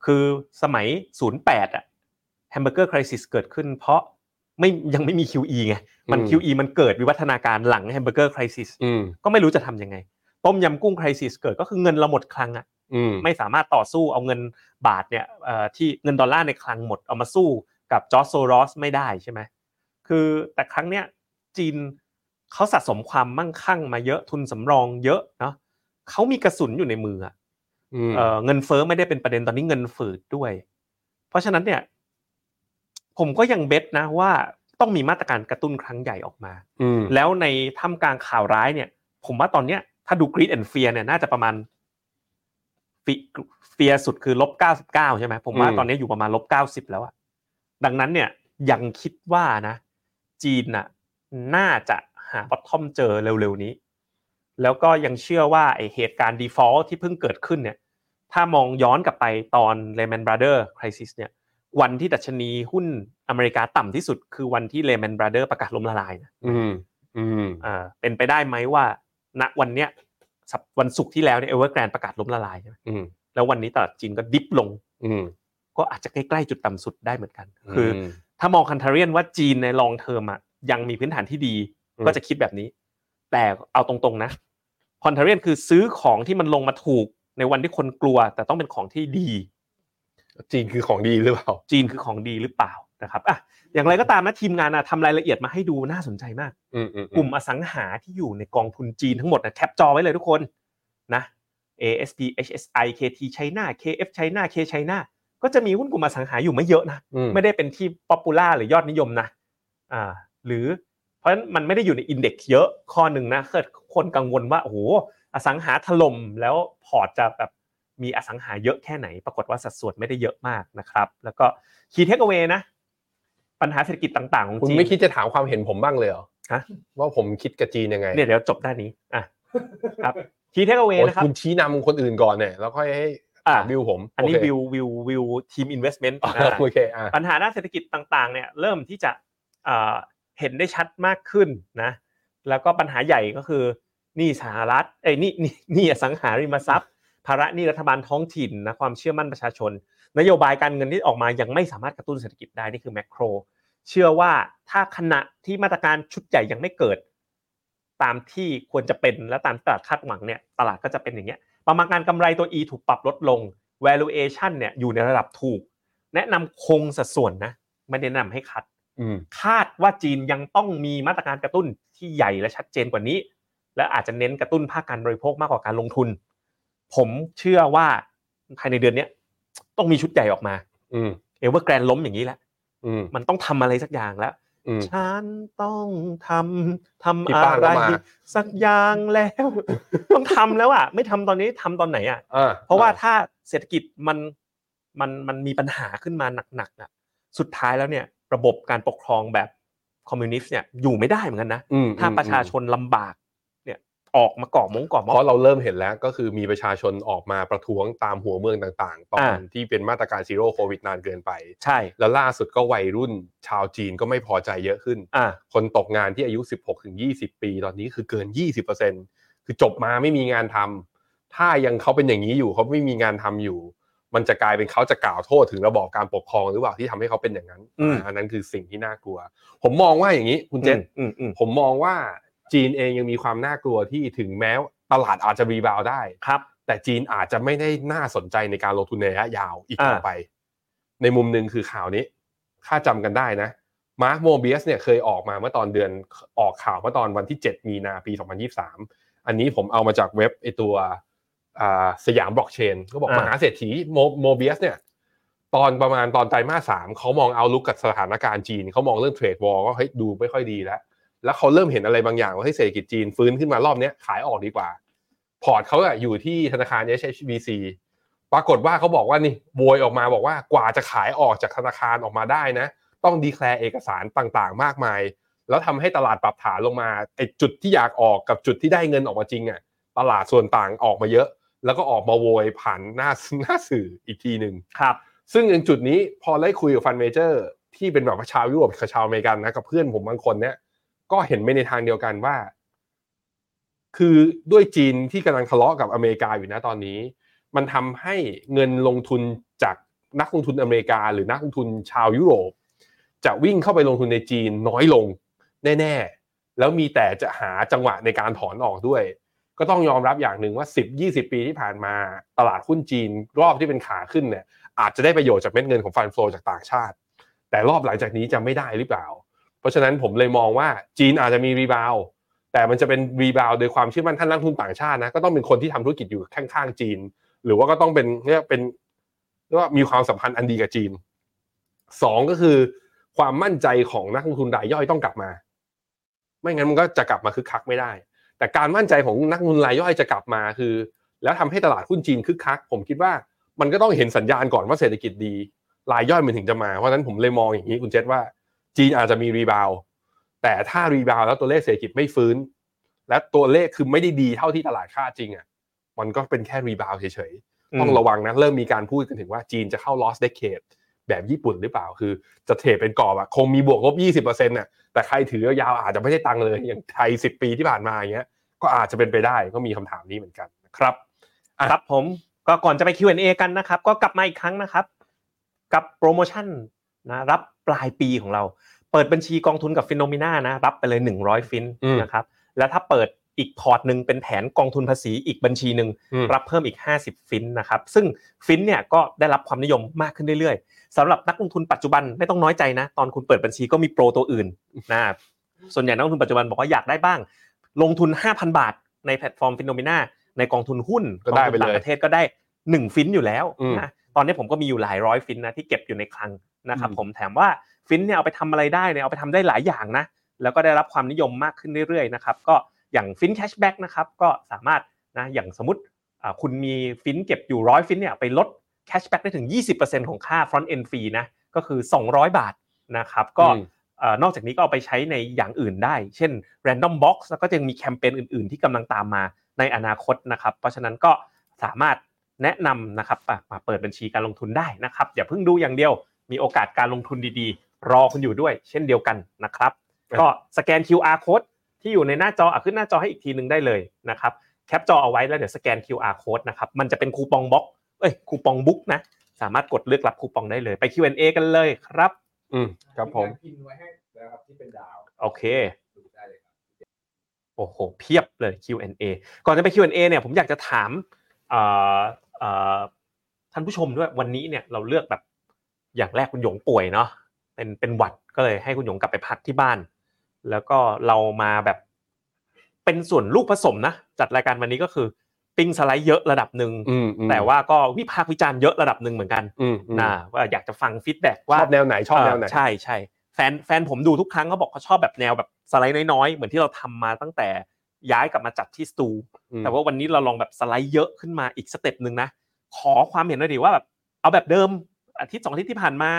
C: คือสมัย 08อะแฮมเบอร์เกอร์คริสิสเกิดขึ้น เพราะไม่ยังไม่มี QE ไงมัน
B: อืม
C: QE มันเกิดวิวัฒนาการหลังแฮมเบอร์เกอร์คริสิส
B: อืม
C: ก็ไม่รู้จะทำยังไง ต้มยำกุ้งคริสิสเกิดก็คือเงินเราหมดคลังอะ
B: อืม
C: ไม่สามารถต่อสู้เอาเงินบาทเนี่ยเอ่อที่เงินดอลลาร์ในคลังหมดเอามาสู้กับจอร์จโซโรสไม่ได้ใช่ไหมคือแต่ครั้งเนี้ยจีนเขาสะสมความมั่งคั่งมาเยอะทุนสำรองเยอะเนาะเขามีกระสุนอยู่ในมืออะ
B: อืม
C: เอ่อเงินเฟ้อไม่ได้เป็นประเด็นตอนนี้เงินฝืดด้วย เพราะฉะนั้นเนี่ยผมก็ยังเบ็ดนะว่าต้องมีมาตรการกระตุ้นครั้งใหญ่ออกมา
B: อืม
C: แล้วในท่ามกลางข่าวร้ายเนี่ย ผมว่าตอนเนี้ยถ้าดูกรีดแอนเฟียเนี่ยน่าจะประมาณเฟียสุดคือลบเก้าสิบเก้าใช่ไหมผมว่า
B: อืม
C: ตอนนี้อยู่ประมาณลบเก้าสิบแล้วอะดังนั้นเนี่ยยังคิดว่านะ จีนน่ะน่าจะหาบอททอมเจอเร็วๆนี้ แล้วก็ยังเชื่อว่าไอเหตุการณ์ default ที่เพิ่งเกิดขึ้นเนี่ย ถ้ามองย้อนกลับไปตอน Lehman Brothers crisis เนี่ย วันที่ดัชนีหุ้นอเมริกาต่ำที่สุด คือวันที่ Lehman Brothers ประกาศล้มละลายนะ
B: อืมอืม
C: อ่าเป็นไปได้ไหมว่า ณวันเนี้ยสัปวันศุกร์ที่แล้วเนี่ยเอเวอร์แกรนประกาศล้มละลายใช่ไหม
B: อืม
C: แล้ววันนี้ตลาดจีนก็ดิฟลง
B: อืม
C: ก็อาจจะใกล้ๆจุดต่ำสุดได้เหมือนกัน คือ ถ้ามองคันเทเรียนว่าจีนในลองเทอมอ่ะยังมีพื้นฐานที่ดี ก็จะคิดแบบนี้ แต่เอาตรงๆนะคอนเทเรียนคือซื้อของที่มันลงมาถูกในวันที่คนกลัว แต่ต้องเป็นของที่ดี
B: จีนคือของดีหรือเปล่า
C: จีนคือของดีหรือเปล่านะครับอ่ะอย่างไรก็ตามนะทีมงานนะทำรายละเอียดมาให้ดูน่าสนใจมาก
B: อืมอืม
C: กลุ่มอสังหาที่อยู่ในกองทุนจีนทั้งหมดนะแคปจอไว้เลยทุกคนนะ ASP HSI KT China KF China K China ก็จะมีหุ้นกลุ่มอสังหาอยู่ไม่เยอะนะ
B: อืม
C: ไม่ได้เป็นที่ป๊อปปูล่าหรือยอดนิยมนะอ่าหรือเพราะฉะนั้นมันไม่ได้อยู่ในอินเด็กซ์เยอะข้อหนึ่งนะเกิดคนกังวลว่าโอ้โหอสังหาถล่มแล้วพอร์ตจะแบบมีอสังหาเยอะแค่ไหน ปรากฏว่าสัดส่วนไม่ได้เยอะมากนะครับ แล้วก็คีย์เทคเอาไว้นะ ปัญหาเศรษฐกิจต่างๆของ
B: คุณ
C: จีน
B: ไม่คิดจะถามความเห็นผมบ้างเลยเหรอ
C: ฮะ
B: ว่าผมคิดกับจีนยังไง
C: เนี่ยเดี๋ยวจบด้านนี้อ่ะครับทีเทคเอาไว้
B: โอ้ย
C: นะครับ
B: คุณชี้นำคนอื่นก่อนเนี่ยแล้วค่อยให้
C: อ่ะ
B: วิวผม
C: อันนี้
B: โเค
C: วิววิววิวทีมอินเวสเมนต์
B: อ่ะโอเคอ่ะ
C: ปัญหาด้านเศรษฐกิจต่างๆ เนี่ยเริ่มที่จะเอ่อเห็นได้ชัดมากขึ้นนะ แล้วก็ปัญหาใหญ่ก็คือหนี้สหรัฐเอ้ยหนี่นี่นี่อสังหาริมทรัพย์ ภาระหนี้รัฐบาลท้องถิ่นนะความเชื่อมั่นประชาชน นโยบายการเงินที่ออกมายังไม่สามารถกระตุ้นเศรษฐกิจได้นี่คือแมกโรเชื่อว่าถ้าขณะที่มาตรการชุดใหญ่ยังไม่เกิด ตามที่ควรจะเป็นและตามตลาดคาดหวังเนี่ยตลาดก็จะเป็นอย่างเงี้ย ประมาณการกำไรตัว E ถูกปรับลดลง valuation เนี่ยอยู่ในระดับถูก แนะนำคงสัดส่วนนะไม่ได้แนะนำให้คัด
B: อืม
C: คาดว่าจีนยังต้องมีมาตรการกระตุ้นที่ใหญ่และชัดเจนกว่านี้ และอาจจะเน้นกระตุ้นภาคการบริโภคมากกว่าการลงทุน ผมเชื่อว่าภายในเดือนเนี้ยต้องมีชุดใหญ่ออกมา
B: อืม
C: เอเวอร์แกรนล้มอย่างนี้แหละ
B: อืม
C: มันต้องทำอะไรสักอย่างแล้ว
B: อืม
C: ฉันต้องทำทำ
B: พี่
C: อะ
B: ป้าง
C: ไร
B: ก็มา
C: สักอย่างแล้ว ต้องทำแล้วอ่ะไม่ทำตอนนี้ทำตอนไหนอ่ะ
B: อ่
C: เพราะว่าถ้าเศรษฐกิจมันมันมันมีปัญหาขึ้นมาหนักๆอ่ะสุดท้ายแล้วเนี่ยระบบการปกครองแบบคอมมิวนิสต์เนี่ยอยู่ไม่ได้เหมือนกันนะ
B: อืม
C: ถ้าประชาชนลำบากเนี่ยออกมาก่อมงก่อม
B: เพ
C: อบ
B: ราะเราเริ่มเห็นแล้วก็คือมีประชาชนออกมาประท้วงตามหัวเมืองต่างๆ ตอ
C: อ่า
B: นที่เป็นมาตรการซีโร่โควิดนานเกินไป
C: ใช่
B: แล้วล่าสุดก็วัยรุ่นชาวจีนก็ไม่พอใจเยอะขึ้น
C: อ่า
B: คนตกงานที่อายุ 16ถึง20 ปี ตอนนี้คือเกิน 20%คือจบมาไม่มีงานทำถ้ายังเขาเป็นอย่างนี้อยู่เขาไม่มีงานทำอยู่ มันจะกลายเป็นเขาจะกล่าวโทษถึงระบอบการปกครองหรือเปล่าที่ทำให้เขาเป็นอย่างนั้นอ่าอันนั้นคือสิ่งที่น่ากลัว ผมมองว่าอย่างนี้คุณเจน
C: อืมอืม
B: ผมมองว่าจีนเองยังมีความน่ากลัวที่ถึงแม้ตลาดอาจจะรีบาวด์ได้
C: ครับ
B: แต่จีนอาจจะไม่ได้น่าสนใจในการลงทุนในระยะยาวอีกต่อไป ในมุมหนึ่งคือข่าวนี้ ถ้าจำกันได้นะ มาร์คโมเบียสเนี่ยเคยออกมาเมื่อตอนเดือนออกข่าวเมื่อตอนวันที่ 7 มีนาปี 2023 อันนี้ผมเอามาจากเว็บไอตัวอ่าสยามบล็อกเชนก็บอก
C: อ่าม
B: หาเศรษฐีโมเบียสเนี่ย ตอนประมาณตอนไตรมาสสามเขามองเอาลุกกับสถานการณ์จีนเขามองเรื่องเทรดวอลก็เฮ้ยดูไม่ค่อยดีแล้ว แล้วเขาเริ่มเห็นอะไรบางอย่างว่าให้ยเศรษฐกิจจีนฟื้นขึ้นมารอบเนี้ยขายออกดีกว่า พอร์ตเขาอะอยู่ที่ธนาคาร HSBC ปรากฏว่าเขาบอกว่านี่โวยออกมาบอกว่ากว่าจะขายออกจากธนาคารออกมาได้นะ ต้องดีแคลร์เอกสารต่างๆ มากมาย แล้วทำให้ตลาดปรับฐานลงมาไอ้จุดที่อยากออกกับจุดที่ได้เงินออกมาจริงอะตลาดส่วนต่างออกมาเยอะ แล้วก็ออกมาโวยผ่านหน้า หน้าสื่ออีกทีหนึ่ง
C: ครับ
B: ซึ่งในจุดนี้พอได้คุยกับฟันเมเจอร์ ที่เป็นแบบว่าชาวยุโรปกับชาวอเมริกันนะกับเพื่อนผมบางคนเนี่ย ก็เห็นไปในทางเดียวกันว่า คือด้วยจีนที่กำลังทะเลาะกับอเมริกาอยู่นะตอนนี้ มันทำให้เงินลงทุนจากนักลงทุนอเมริกา หรือนักลงทุนชาวยุโรป จะวิ่งเข้าไปลงทุนในจีนน้อยลงแน่ๆ แล้วมีแต่จะหาจังหวะในการถอนออกด้วย ก็ต้องยอมรับอย่างหนึ่งว่า 10-20 ปีที่ผ่านมาตลาดหุ้นจีนรอบที่เป็นขาขึ้นเนี่ย อาจจะได้ประโยชน์จากเม็ดเงินของฟันโฟจากต่างชาติ แต่รอบหลังจากนี้จะไม่ได้หรือเปล่า เพราะฉะนั้นผมเลยมองว่าจีนอาจจะมีรีบาวด์แต่มันจะเป็นรีบาวด์โดยความเชื่อมั่นท่านนักลงทุนต่างชาตินะก็ต้องเป็นคนที่ทำธุรกิจอยู่ข้างๆจีน หรือว่าก็ต้องเป็นเรียกเป็นเรียกว่ามีความสัมพันธ์อันดีกับจีนสองก็คือ ความมั่นใจของนักลงทุนรายย่อยต้องกลับมา ไม่งั้นมันก็จะกลับมาคึกคักไม่ได้ แต่การมั่นใจของนักลงทุนรายย่อยจะกลับมาคือ แล้วทำให้ตลาดหุ้นจีนคึกคัก ผมคิดว่ามันก็ต้องเห็นสัญญาณก่อนว่าเศรษฐกิจดี รายย่อยมันถึงจะมา เพราะฉะนั้นผมเลยมองอย่างนี้คุณเจษว่า จีนอาจจะมีรีบาวด์แต่ถ้ารีบาวด์แล้วตัวเลขเศรษฐกิจไม่ฟื้น และตัวเลขคือไม่ได้ดีเท่าที่ตลาดคาดจริงอ่ะมันก็เป็นแค่รีบาวด์เฉยๆ ต้องระวังนะ เริ่มมีการพูดกันถึงว่าจีนจะเข้า loss decade แบบญี่ปุ่นหรือเปล่าคือ จะเทรดเป็นกรอบอะคงมีบวกลบ 20%น่ะแต่ใครถือยาวๆอาจจะไม่ได้ตังค์เลยอย่างไทย 10 ปีที่ผ่านมาอย่างเงี้ยก็อาจจะเป็นไปได้ก็มีคำถามนี้เหมือนกันนะครับ
C: ครับผมก็ก่อนจะไป Q&A กันนะครับ ก็กลับมาอีกครั้งนะครับ กับโปรโมชั่นนะรับปลายปีของเรา เปิดบัญชีกองทุนกับฟิโนมิน่านะรับไปเลย 100 ฟิน
B: อืม
C: นะครับแล้วถ้าเปิดอีกพอร์ตหนึ่งเป็นแผนกองทุนภาษีอีกบัญชีหนึ่ง
B: อืม
C: รับเพิ่มอีก 50 ฟินนะครับ ซึ่งฟินเนี่ยก็ได้รับความนิยมมากขึ้นเรื่อยๆสำหรับนักลงทุนปัจจุบันไม่ต้องน้อยใจนะ ตอนคุณเปิดบัญชีก็มีโปรตัวอื่นนะส่วนใหญ่นักลงทุนปัจจุบันบอกว่าอยากได้บ้าง ลงทุน 5,000 บาท ในแพลตฟอร์มฟินโนเมนาในกองทุนหุ้น
B: ก็ได้ไปเลย
C: กองทุนต่างประเทศก็ได้ 1 ฟินอยู่แล้ว
B: อืม
C: นะตอนนี้ผมก็มีอยู่หลายร้อยฟินนะที่เก็บอยู่ในคลังนะครับ
B: อืม
C: ผมแถมว่าฟินเนี่ยเอาไปทำอะไรได้เนี่ยเอาไปทำได้หลายอย่างนะ แล้วก็ได้รับความนิยมมากขึ้นเรื่อยๆนะครับก็อย่างฟินแคชแบ็กนะครับก็สามารถนะอย่างสมมติอ่าคุณมีฟินเก็บอยู่ร้อยฟินเนี่ยไปลดแคชแบ็กได้ถึง 20%ของค่า Front End ฟรีนะก็คือ 200 บาทนะครับก็
B: อืม
C: เอ่อนอกจากนี้ก็เอาไปใช้ในอย่างอื่นได้ เช่น Random Box แล้วก็ยังมีแคมเปญอื่นๆ ที่กำลังตามมาในอนาคตนะครับ เพราะฉะนั้นก็สามารถแนะนำนะครับอ่ะมาเปิดบัญชีการลงทุนได้นะครับ อย่าเพิ่งดูอย่างเดียว มีโอกาสการลงทุนดีๆ รอคุณอยู่ด้วย เช่นเดียวกันนะครับ ก็สแกน QR code ที่อยู่ในหน้าจออ่ะขึ้นหน้าจอให้อีกทีหนึ่งได้เลยนะครับ แคปจอเอาไว้แล้วเดี๋ยวสแกน QR code นะครับ มันจะเป็นคูปองบล็อก เอ้ย คูปองบุ๊กนะ สามารถกดเลือกรับคูปองได้เลย ไป Q&A กันเลยครับ
B: อืมครับผม
D: พินไว้ให้แล้วครับที่เป็นดาว
C: โอเค
D: ดูได้เลยครับ
C: โอ้โห เพียบเลย Q&A ก่อนจะไป Q&A เนี่ย ผมอยากจะถามเอ่อเอ่อท่านผู้ชมด้วยวันนี้เนี่ยเราเลือกแบบอย่างแรกคุณหยงป่วยเนาะเป็นเป็นหวัดก็เลยให้คุณหยงกลับไปพักที่บ้าน แล้วก็เรามาแบบเป็นส่วนลูกผสมนะ จัดรายการวันนี้ก็คือปิ้งสไลด์เยอะระดับหนึ่ง
B: อืมอืม
C: แต่ว่าก็วิพากษ์วิจารณ์เยอะระดับหนึ่งเหมือนกัน
B: อืมอืม
C: นะว่าอยากจะฟังฟีดแบ็ก
B: ช
C: ว่า
B: อบแนวไหนชอบแนวไหน
C: เใช่ใช่แฟนแฟนผมดูทุกครั้งเขาบอกเขาชอบแบบแนวแบบสไลด์น้อยๆ เหมือนที่เราทำมาตั้งแต่ย้ายกลับมาจัดที่สตู
B: อืม
C: แต่ว่าวันนี้เราลองแบบสไลด์เยอะขึ้นมาอีกสเต็ปหนึ่งนะ ขอความเห็นหน่อยดิว่าแบบเอาแบบเดิมอาทิตย์สองอาทิตย์ที่ผ่านมา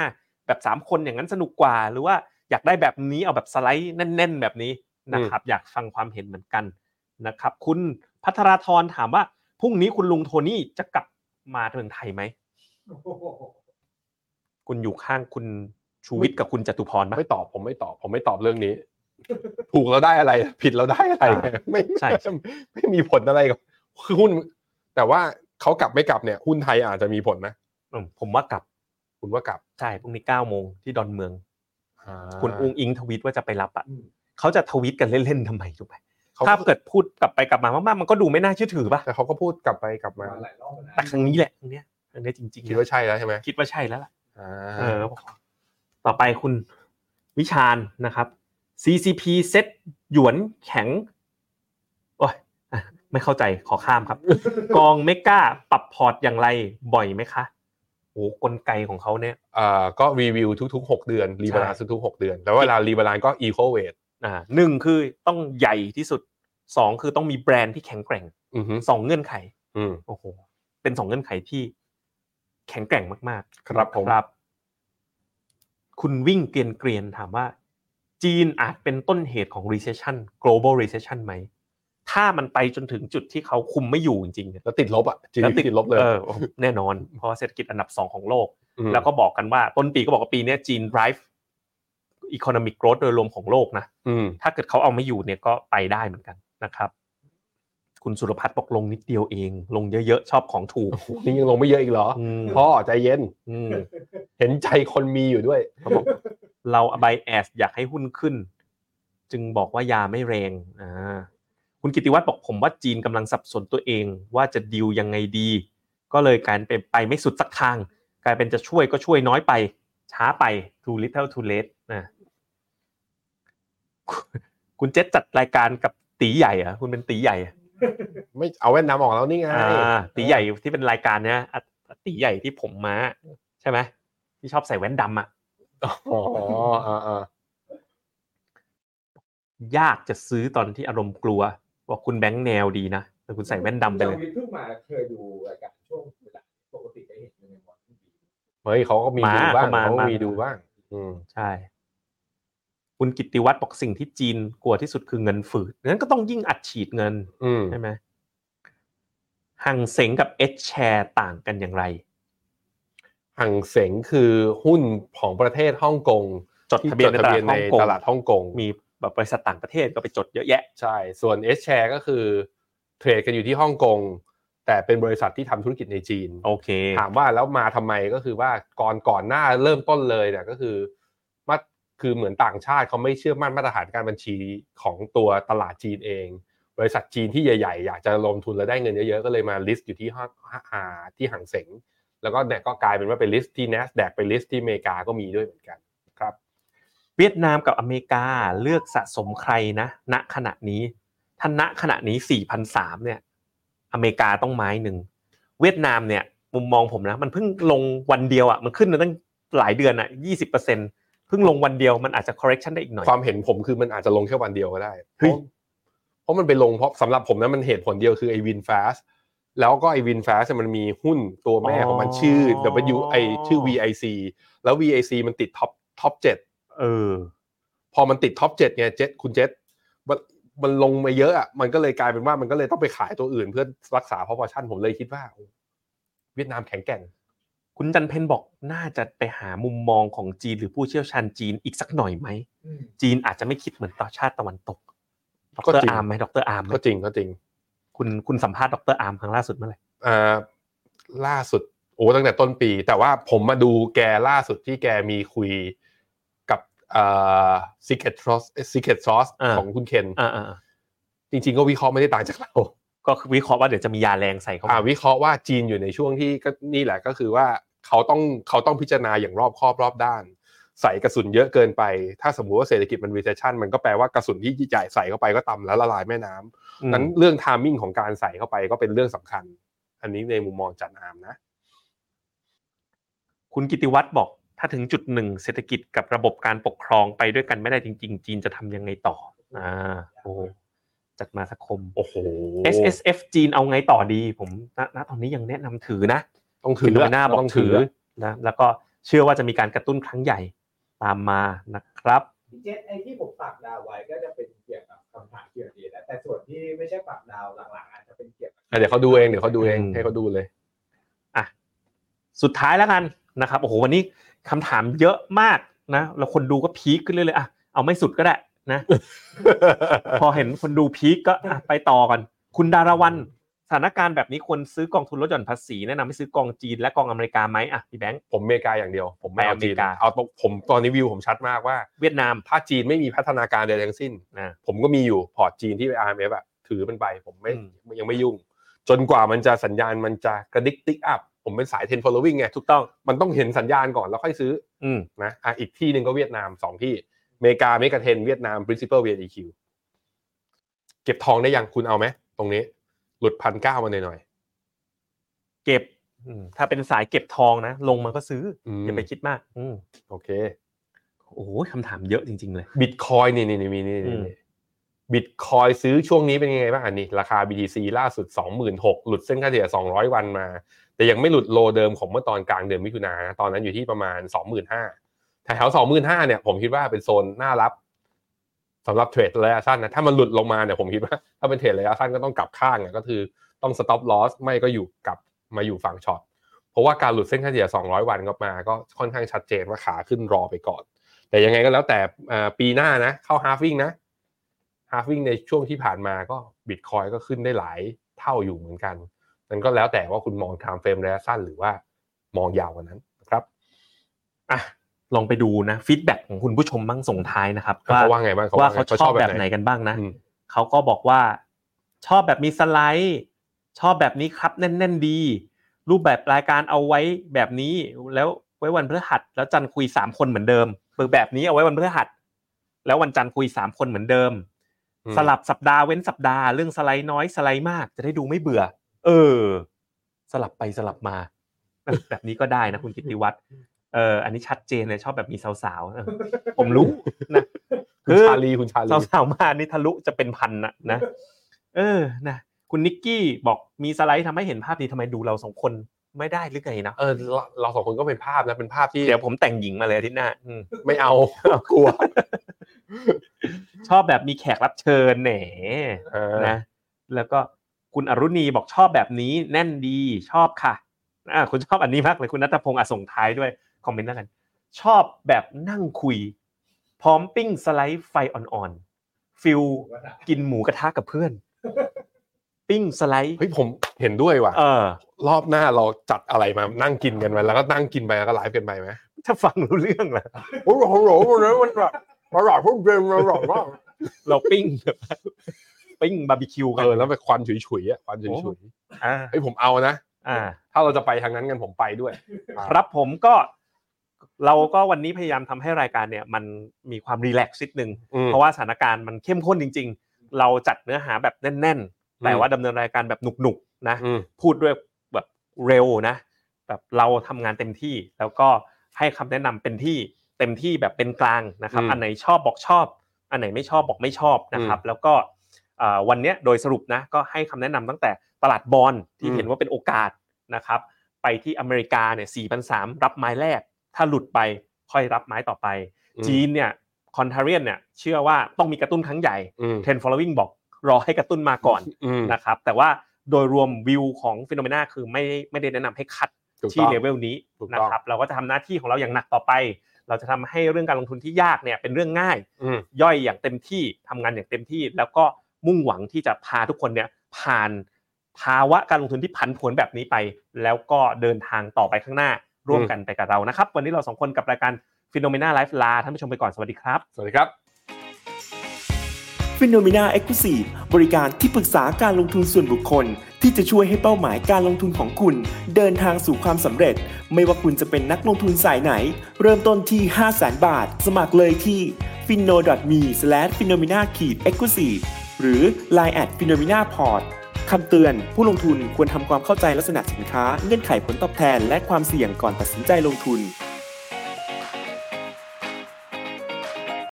C: แบบสามคนอย่างนั้นสนุกกว่า หรือว่าอยากได้แบบนี้เอาแบบสไลด์แน่น ๆ แบบนี้นะครับ อยากฟังความเห็นเหมือนกันนะครับ คุณพัทราธรถามว่าพรุ่งนี้คุณลุงโทนี่จะกลับมาเมืองไทยไหม
D: โอ้โห
C: คุณอยู่ข้างคุณชูวิทย์กับคุณจตุพรปะ
B: ไม่ตอบผมไม่ตอบ ผมไม่ตอบเรื่องนี้ ถูกเราได้อะไร ผิดเราได้อะไร
C: อ่า
B: ไม่
C: ใช่
B: ไม่ไม่มีผลอะไรกับคือหุ้น แต่ว่าเขากลับไม่กลับเนี่ย หุ้นไทยอาจจะมีผลนะ
C: อืมผมว่ากลับ
B: คุณว่ากลับ
C: ใช่พรุ่งนี้9ก้าโมงที่ดอนเมือง
B: คุ
C: คุณ
B: ณ
C: อุ
B: อุ้ง
C: งอิงทวีตว่าจะไปรับอ่ะ
D: อืม
C: เขาจะทวีตกันเล่นๆทำไมถูกไหม
B: เขา
C: ถ้าเกิดพูดกลับไปกลับมามากๆมันก็ดูไม่น่าเชื่อถือป่ะ
B: แต่เขาก็พูดกลับไปกลับมา
D: มาหลายรอบแล้วนะ
C: แต่ครั้งนี้แหละครั้งเนี้ยครั้งเนี้ยจริงๆ
B: คิดว่าใช่แล้วใช่ไหม
C: คิดว่าใช่แล้วล่ะ
B: อ่า
C: เออต่อไปคุณวิชาญนะครับ CCP เซ็ตหยวนแข็งโอ้ยอ่ะไม่เข้าใจขอข้ามครับ กองเมกาปรับพอร์ตอย่างไรบ่อยไหมคะโอ้กลไกของเขาเนี่ย
B: เอ่อก็รีวิวทุกๆ 6 เดือนรีบาลานซ์ทุกๆหกเดือน แล้วเวลารีบาลานซ์ก็อีโคเวท
C: อ่าหนึ่งคือต้องใหญ่ที่สุดสองคือต้องมีแบรนด์ที่แข็งแกร่ง
B: อือฮึ
C: สองเงื่อนไข
B: อืม
C: โอ้โห เป็นสองเงื่อนไขที่แข็งแกร่งมากๆ
B: ครับผม
C: ครับ คุณวิ่งเกรียนเกรียนๆถามว่า จีนอาจเป็นต้นเหตุของ recession global recession ไหม ถ้ามันไปจนถึงจุดที่เขาคุมไม่อยู่จริงๆเนี่ย
B: แล้วติดลบอ่ะ GDP ติดลบเลย
C: เออโอ้โหแน่นอน เพราะว่าเศรษฐกิจอันดับสองของโลก
B: ม
C: แล้วก็บอกกันว่าต้นปีก็บอกว่าปีเนี้ยจีน drive economic growth โดยรวมของโลกนะ
B: อืม
C: ถ้าเกิดเขาเอาไม่อยู่เนี่ยก็ไปได้เหมือนกันนะครับ คุณสุรพัฒน์บอกลงนิดเดียวเอง ลงเยอะๆ ชอบของถูก
B: นี่ยังลงไม่เยอะอีกเหรอ
C: อืม
B: พ่อใจเย็น
C: อืม
B: เห็นใจคนมีอยู่ด้วย
C: เขาบอกเราอบายแอสอยากให้หุ้นขึ้น จึงบอกว่ายาไม่แรงอ่าคุณกิติวัตรบอกผมว่าจีนกำลังสับสนตัวเอง ว่าจะดีลยังไงดี ก็เลยกลารเป็นไปไม่สุดสักทาง กลายเป็นจะช่วยก็ช่วยน้อยไป ช้าไป too little too late นะ คุณเจษจัดรายการกับตีใหญ่เหรอะคุณเป็นตีใหญ่เหรอ
B: ไม่เอาแว่นน้ำออกแล้วนี่ไง
C: อ่าตีใหญ่ที่เป็นรายการเนี้ยอ่ะตีใหญ่ที่ผมมาใช่ไหมที่ชอบใส่แว่นดำอ่ะ
B: อ๋ออ่าอ่าย
C: ากจะซื้อตอนที่อารมณ์กลัว ว่าคุณแบงค์แนวดีนะแต่คุณใส่แว่นดำไปเลย
D: จอมวิทย์เพิ่งมาเคยดูรายการช่วงเวลาปกติจะเห็นในวันที่ดี
B: เฮ้ยเขาก็มี
C: มา
B: ดูบ้าง
C: มา
B: เขาก็
C: มา
B: มี
C: มี
B: ดูบ้าง อืม
C: ใช่ คุณกิตติวัตรบอกสิ่งที่จีนกลัวที่สุดคือเงินฝืดงั้นก็ต้องยิ่งอัดฉีดเงิน
B: อืม
C: ใช่ไหมหังเสงกับเอชแชร์ต่างกันอย่างไร
B: หังเสงคือหุ้นของประเทศฮ่องกง
C: จดทะเบียนในตลาด
B: ใน
C: ฮ่องกง
B: ตลาดฮ่องกง
C: มีแบบบริษัทต่างประเทศก็ไปจดเยอะแยะ
B: ใช่ ส่วน S share ก็คือเทรดกันอยู่ที่ฮ่องกงแต่เป็นบริษัทที่ทำธุรกิจในจีน
C: โอเค
B: ถามว่าแล้วมาทำไมก็คือว่าก่อนก่อนหน้าเริ่มต้นเลยเนี่ยก็คือมาคือเหมือนต่างชาติเขาไม่เชื่อมั่นมาตรฐานการบัญชีของตัวตลาดจีนเอง บริษัทจีนที่ใหญ่ๆ อยากจะลงทุนและได้เงินเยอะๆ ก็เลยมาลิสต์อยู่ที่ห้างอ่าที่หังเสงแล้วก็เนี่ยก็กลายเป็นว่าไปลิสต์ที่ NASDAQ ไปลิสต์ที่อเมริกาก็มีด้วยเหมือนกันครับ
C: เวียดนามกับอเมริกาเลือกสะสมใครนะ ณขณะนี้ถ้าณขณะนี้4,003เนี่ย อเมริกาต้องไม้หนึ่งเวียดนามเนี่ย มุมมองผมนะ มันเพิ่งลงวันเดียวอ่ะมันขึ้นมาตั้งหลายเดือนอ่ะ20%เพิ่งลงวันเดียวมันอาจจะ correction ได้อีกหน่อย
B: ความเห็นผมคือมันอาจจะลงแค่วันเดียวก็ได้ เพ
C: เฮ้ย
B: ราะเพราะมันไปลงเพราะสำหรับผมนะมันเหตุผลเดียวคือไอ้วินฟาสแล้วก็ไอ้วินฟาสมันมีหุ้นตัวแม่ของมันชื่อ W ไอชื่อ VIC แล้ว VIC มันติดท็อปท็อปเจ็ด
C: เออ
B: พอมันติดท็อปเจ็ดเนี่ยเจ็ดคุณเจ็ดมันมันลงมาเยอะอ่ะมันก็เลยกลายเป็นว่ามันก็เลยต้องไปขายตัวอื่น เพื่อรักษาพอพอชั่นผมเลยคิดว่าโอ้เวียดนามแข็งแกร่ง
C: คุณจันเพนบอกน่าจะไปหามุมมองของจีนหรือผู้เชี่ยวชาญจีนอีกสักหน่อยไหม จีนอาจจะไม่คิดเหมือนต่อชาติตะวันตก ด
B: ก็
C: ร
B: จริง
C: อาร์มไหมดรอาร์มไหม
B: ก็จริงก็จริง
C: คุณคุณสัมภาษณ์ดรอาร์มครั้งล่าสุดเมื่อไหร่
B: เอ่อล่าสุดโอ้ตั้งแต่ต้นปี แต่ว่าผมมาดูแกล่าสุดที่แกมีคุยกับเอ่อ Secret Sauce Secret Sauce
C: อ่า
B: ของคุณเคน
C: อ่าอ่าอ่า
B: จริง ๆ ก็วิเคราะห์ไม่ได้ต่างจากเรา
C: ก็คือวิเคราะห์ว่าเดี๋ยวจะมียาแรงใส่เข้า
B: อ่า
C: มา
B: วิเคราะห์ว่าจีนอยู่ในช่วงที่ก็นี่แหละก็คือว่าเขาต้องเขาต้องพิจารณาอย่างรอบคอบรอบด้าน ใส่กระสุนเยอะเกินไป ถ้าสมมติว่าเศรษฐกิจมัน recession มันก็แปลว่ากระสุนที่ใหญ่ใส่เข้าไปก็ต่ำแล้วละลายแม่น้ำนั้นเรื่อง timing ของการใส่เข้าไปก็เป็นเรื่องสำคัญ อันนี้ในมุมมองจันอามนะ
C: คุณกิติวัตรบอก ถ้าถึงจุดหนึ่งเศรษฐกิจกับระบบการปกครองไปด้วยกันไม่ได้จริง ๆ จีนจะทำยังไงต่อ อ่าโอ้จัดมาสักคม
B: โอ้โห
C: S S F จีนเอาไงต่อดี ผมณณตอนนี้ยังแนะนำถือนะ
B: ต้องถื
C: คือ อโดยหน้าบอก
B: ต้ง
C: ถือนะแล้วก็เชื่อว่าจะมีการกระตุ้นครั้งใหญ่ตามมานะครับ
D: พี่เจษไอที่ผมฝากดาวไว้ก็จะเป็นเกี่ยวกับคำถามเกี่ยวกับดีนะแต่ส่วนที่ไม่ใช่ฝากดาวหลังๆอาจจะเป็นเกี่ยวกับ
B: อ่ะเดี๋ยวเขาดูเอง เดี๋ยวเขาดูเอง
C: อืม
B: ให้เขาดูเลย
C: อ่ะสุดท้ายแล้วกันนะครับโอ้โหวันนี้คำถามเยอะมากนะแล้วคนดูก็พีคขึ้นเรื่อยๆอ่ะเอาไม่สุดก็ได้นะ พอเห็นคนดูพีคก็อ่ะไปต่อกันคุณดารวันสถานการณ์แบบนี้ควรซื้อกองทุนลดหย่อนภาษีแนะนำให้ซื้อกองจีนและกองอเมริกาไหมอ่ะพี่แบงค์
B: ผมอเมริกาอย่างเดียว ผมไม่เอา
C: ไปอเม
B: จี
C: ริ
B: น
C: กา
B: เอาตรงผมตอนนี้วิวผมชัดมากว่า
C: เวียดนาม
B: ถ้าจีนไม่มีพัฒนาการใดทั้งสิ้น
C: นะ
B: ผมก็มีอยู่พอร์ตจีนที่ IMF อะถือมันไป ผมไม่
C: อืม
B: ยังไม่ยุ่ง จนกว่ามันจะสัญญาณมันจะกระดิกติ๊กอัพ ผมเป็นสายเทน following ไง
C: ถูกต้อง
B: มันต้องเห็นสัญญาณก่อนแล้วค่อยซื้อ
C: อืม
B: นะอ่ะอีกที่หนึ่งก็เวียดนามสองที่อเมริกาเมกะเทนเวียดนาม principal VADQ เก็บทองได้ยังคุณเอาไหมตรงนี้ หลุดพันเก้ามาหน่อยๆ
C: เก็บอืมถ้าเป็นสายเก็บทองนะ ลงมันก็ซื้ออ
B: ม
C: อย่าไปคิดมากอืม
B: โอเค
C: โอ้โหคำถามเยอะจริง ๆ เลย
B: บิตคอยนี่นี่นี่มีนี่
C: อืม
B: บิตคอยซื้อช่วงนี้เป็นยังไงบ้างอันนี้ ราคา BTC ล่าสุด 26,000หลุดเส้นค่าเฉลี่ย200 วันมา แต่ยังไม่หลุดโลเดิมของเมื่อตอนกลางเดือนมิถุนาตอนนั้นอยู่ที่ประมาณ 25,000แถว25,000เนี่ยผมคิดว่าเป็นโซนน่ารับสำหรับเทรดระยะสั้นนะถ้ามันหลุดลงมาเนี่ยผมคิดว่า ถ้าเป็นเทรดระยะสั้นก็ต้องกลับข้างอะก็คือต้อง stop loss ไม่ก็อยู่กลับมาอยู่ฝั่งช็อตเพราะว่าการหลุดเส้นค่าเฉลี่ย200 วันก็มาก็ค่อนข้างชัดเจนว่าขาขึ้นรอไปก่อน แต่ยังไงก็แล้วแต่เอ่อปีหน้านะ เข้าฮาฟวิ่งนะฮาฟวิ่งในช่วงที่ผ่านมาก็บิตคอยก็ขึ้นได้หลายเท่าอยู่เหมือนกัน มันก็แล้วแต่ว่าคุณมองไทม์เฟรมระยะสั้นหรือว่ามองยาวกว่านั้นนะครับ
C: อ่ะลองไปดูนะฟีดแบ็ของคุณผู้ชมบ้างส่งท้ายนะครับว่า
B: เขาว่าไงบ้างเขา
C: ว่า
B: ไง
C: เขาชอบแบบไหนกันบ้างนะ
B: อืม
C: เขาก็บอกว่า ชอบแบบมีสไลด์ ชอบแบบนี้ครับแน่น ๆ ดี รูปแบบรายการเอาไว้แบบนี้ แล้วไว้วันพฤหัส แล้วจันทร์คุยสามคนเหมือนเดิมเปิดแบบนี้เอาไว้วันพฤหัส แล้ววันจันทร์คุยสามคนเหมือนเดิม
B: อืม
C: สลับสัปดาห์เว้นสัปดาห์เรื่องสไลด์น้อยสไลด์มาก จะได้ดูไม่เบื่อ เออ สลับไปสลับมา แบบนี้ก็ได้นะคุณกิติวัตรเอออันนี้ชัดเจนเลยชอบแบบมีสาวๆเออผมรู้ นะ
B: คุณชาลีคุณชาลี
C: สาวๆมานี่ทะลุจะเป็นพันนะนะเออนะคุณนิกกี้บอกมีสไลด์ทำให้เห็นภาพดีทำไมดูเราสองคนไม่ได้หรือไงนะ
B: เออเราเราสองคนก็เป็นภาพนะเป็นภาพที่
C: เดี๋ยวผมแต่งหญิงมาเลยอาทิตย์หน้าอืม
B: ไม่เอา กลัว
C: ชอบแบบมีแขกรับเชิญแหน
B: เออ
C: นะแล้วก็คุณอรุณีบอกชอบแบบนี้แน่นดีชอบค่ะอ่าคุณชอบอันนี้มากเลยคุณนัทพงศ์อ่ะส่งท้ายด้วยคอมเมนต์แล้วกัน ชอบแบบนั่งคุย พร้อมปิ้งสไลด์ไฟอ่อนๆฟิล
D: หมูกระทะ
C: กินหมูกระทะกับเพื่อน ปิ้งสไลด์
B: เฮ้ยผมเห็นด้วยว่ะ
C: เออ
B: รอบหน้าเราจัดอะไรมานั่งกินกันไปแล้วก็นั่งกินไปแล้วก็ไลฟ์กันไปไหม
C: ถ้าฟังรู้เรื่องละ
B: โอ้โหโอ้โหวันนี้มันแบบอร่อยพวกเดมอร่อยมาก
C: เราปิ้งแบบปิ้งบาร์บีคิวกั
B: เอน อแล้วไปควันฉุยๆอ่ะควันฉุย
C: อ่า
B: ๆเฮ้ยผมเอานะ
C: อ่า
B: ถ้าเราจะไปทางนั้นกันผมไปด้วย
C: ครับผมก็เราก็วันนี้พยายามทำให้รายการเนี่ย มันมีความรีแลกซ์นิดนึง
B: อืม
C: เพราะว่าสถานการณ์มันเข้มข้นจริง ๆ เราจัดเนื้อหาแบบแน่น
B: อืม
C: ๆ แต่ว่าดำเนินรายการแบบหนุกๆนะ
B: อืม
C: พูดด้วยแบบเร็วนะ แบบเราทำงานเต็มที่ แล้วก็ให้คำแนะนำเป็นที่เต็มที่แบบเป็นกลางนะครับ อันไหนชอบบอกชอบ อันไหนไม่ชอบบอกไม่ชอบนะครับ แล้วก็เอ่อวันเนี้ยโดยสรุปนะก็ให้คำแนะนำตั้งแต่ตลาดบอลที่เห็นว่าเป็นโอกาสนะครับ ไปที่อเมริกาเนี่ย4,300 รับไม้แรก ถ้าหลุดไปค่อยรับไม้ต่อไป
B: อืม
C: จีนเนี่ย คอนทาเรียนเนี่ยเชื่อว่าต้องมีกระตุ้นครั้งใหญ่
B: อืม
C: เทรนฟอลวิ่งบอกรอให้กระตุ้นมาก่อน
B: อืม
C: นะครับแต่ว่าโดยรวมวิวของฟิโนเมนาคือไม่ไม่ได้แนะนำให้คัด
B: ถูก
C: ที่
B: ต้อง
C: เลเวลนี้
B: ถูก
C: นะ
B: ต้อง
C: ครับเราก็จะทำหน้าที่ของเราอย่างหนักต่อไป เราจะทำให้เรื่องการลงทุนที่ยากเนี่ยเป็นเรื่องง่าย
B: อืม
C: ย่อยอย่างเต็มที่ทำงานอย่างเต็มที่ แล้วก็มุ่งหวังที่จะพาทุกคนเนี่ยผ่านภาวะการลงทุนที่ผันผวนแบบนี้ไป แล้วก็เดินทางต่อไปข้างหน้าร่วมกันไปกับเรานะครับ วันนี้เราสองคนกับรายการฟิโนเมนาไลฟ์ลาท่านผู้ชมไปก่อนสวัสดีครับ
B: สวัสดีครับ
E: f i n o m e n a e x c l u s i v e บริการที่ปรึกษาการลงทุนส่วนบุคคล ที่จะช่วยให้เป้าหมายการลงทุนของคุณ เดินทางสู่ความสำเร็จ ไม่ว่าคุณจะเป็นนักลงทุนสายไหน เริ่มต้นที่ 5 0 0 0 0 0 บาท สมัครเลยที่ f i n o m e f i n o m e n a e x c l u s i v e หรือ line at f i n o m e n a p o r t คำเตือน ผู้ลงทุนควรทำความเข้าใจลักษณะสินค้า เงื่อนไขผลตอบแทน และความเสี่ยงก่อนตัดสินใจลงทุน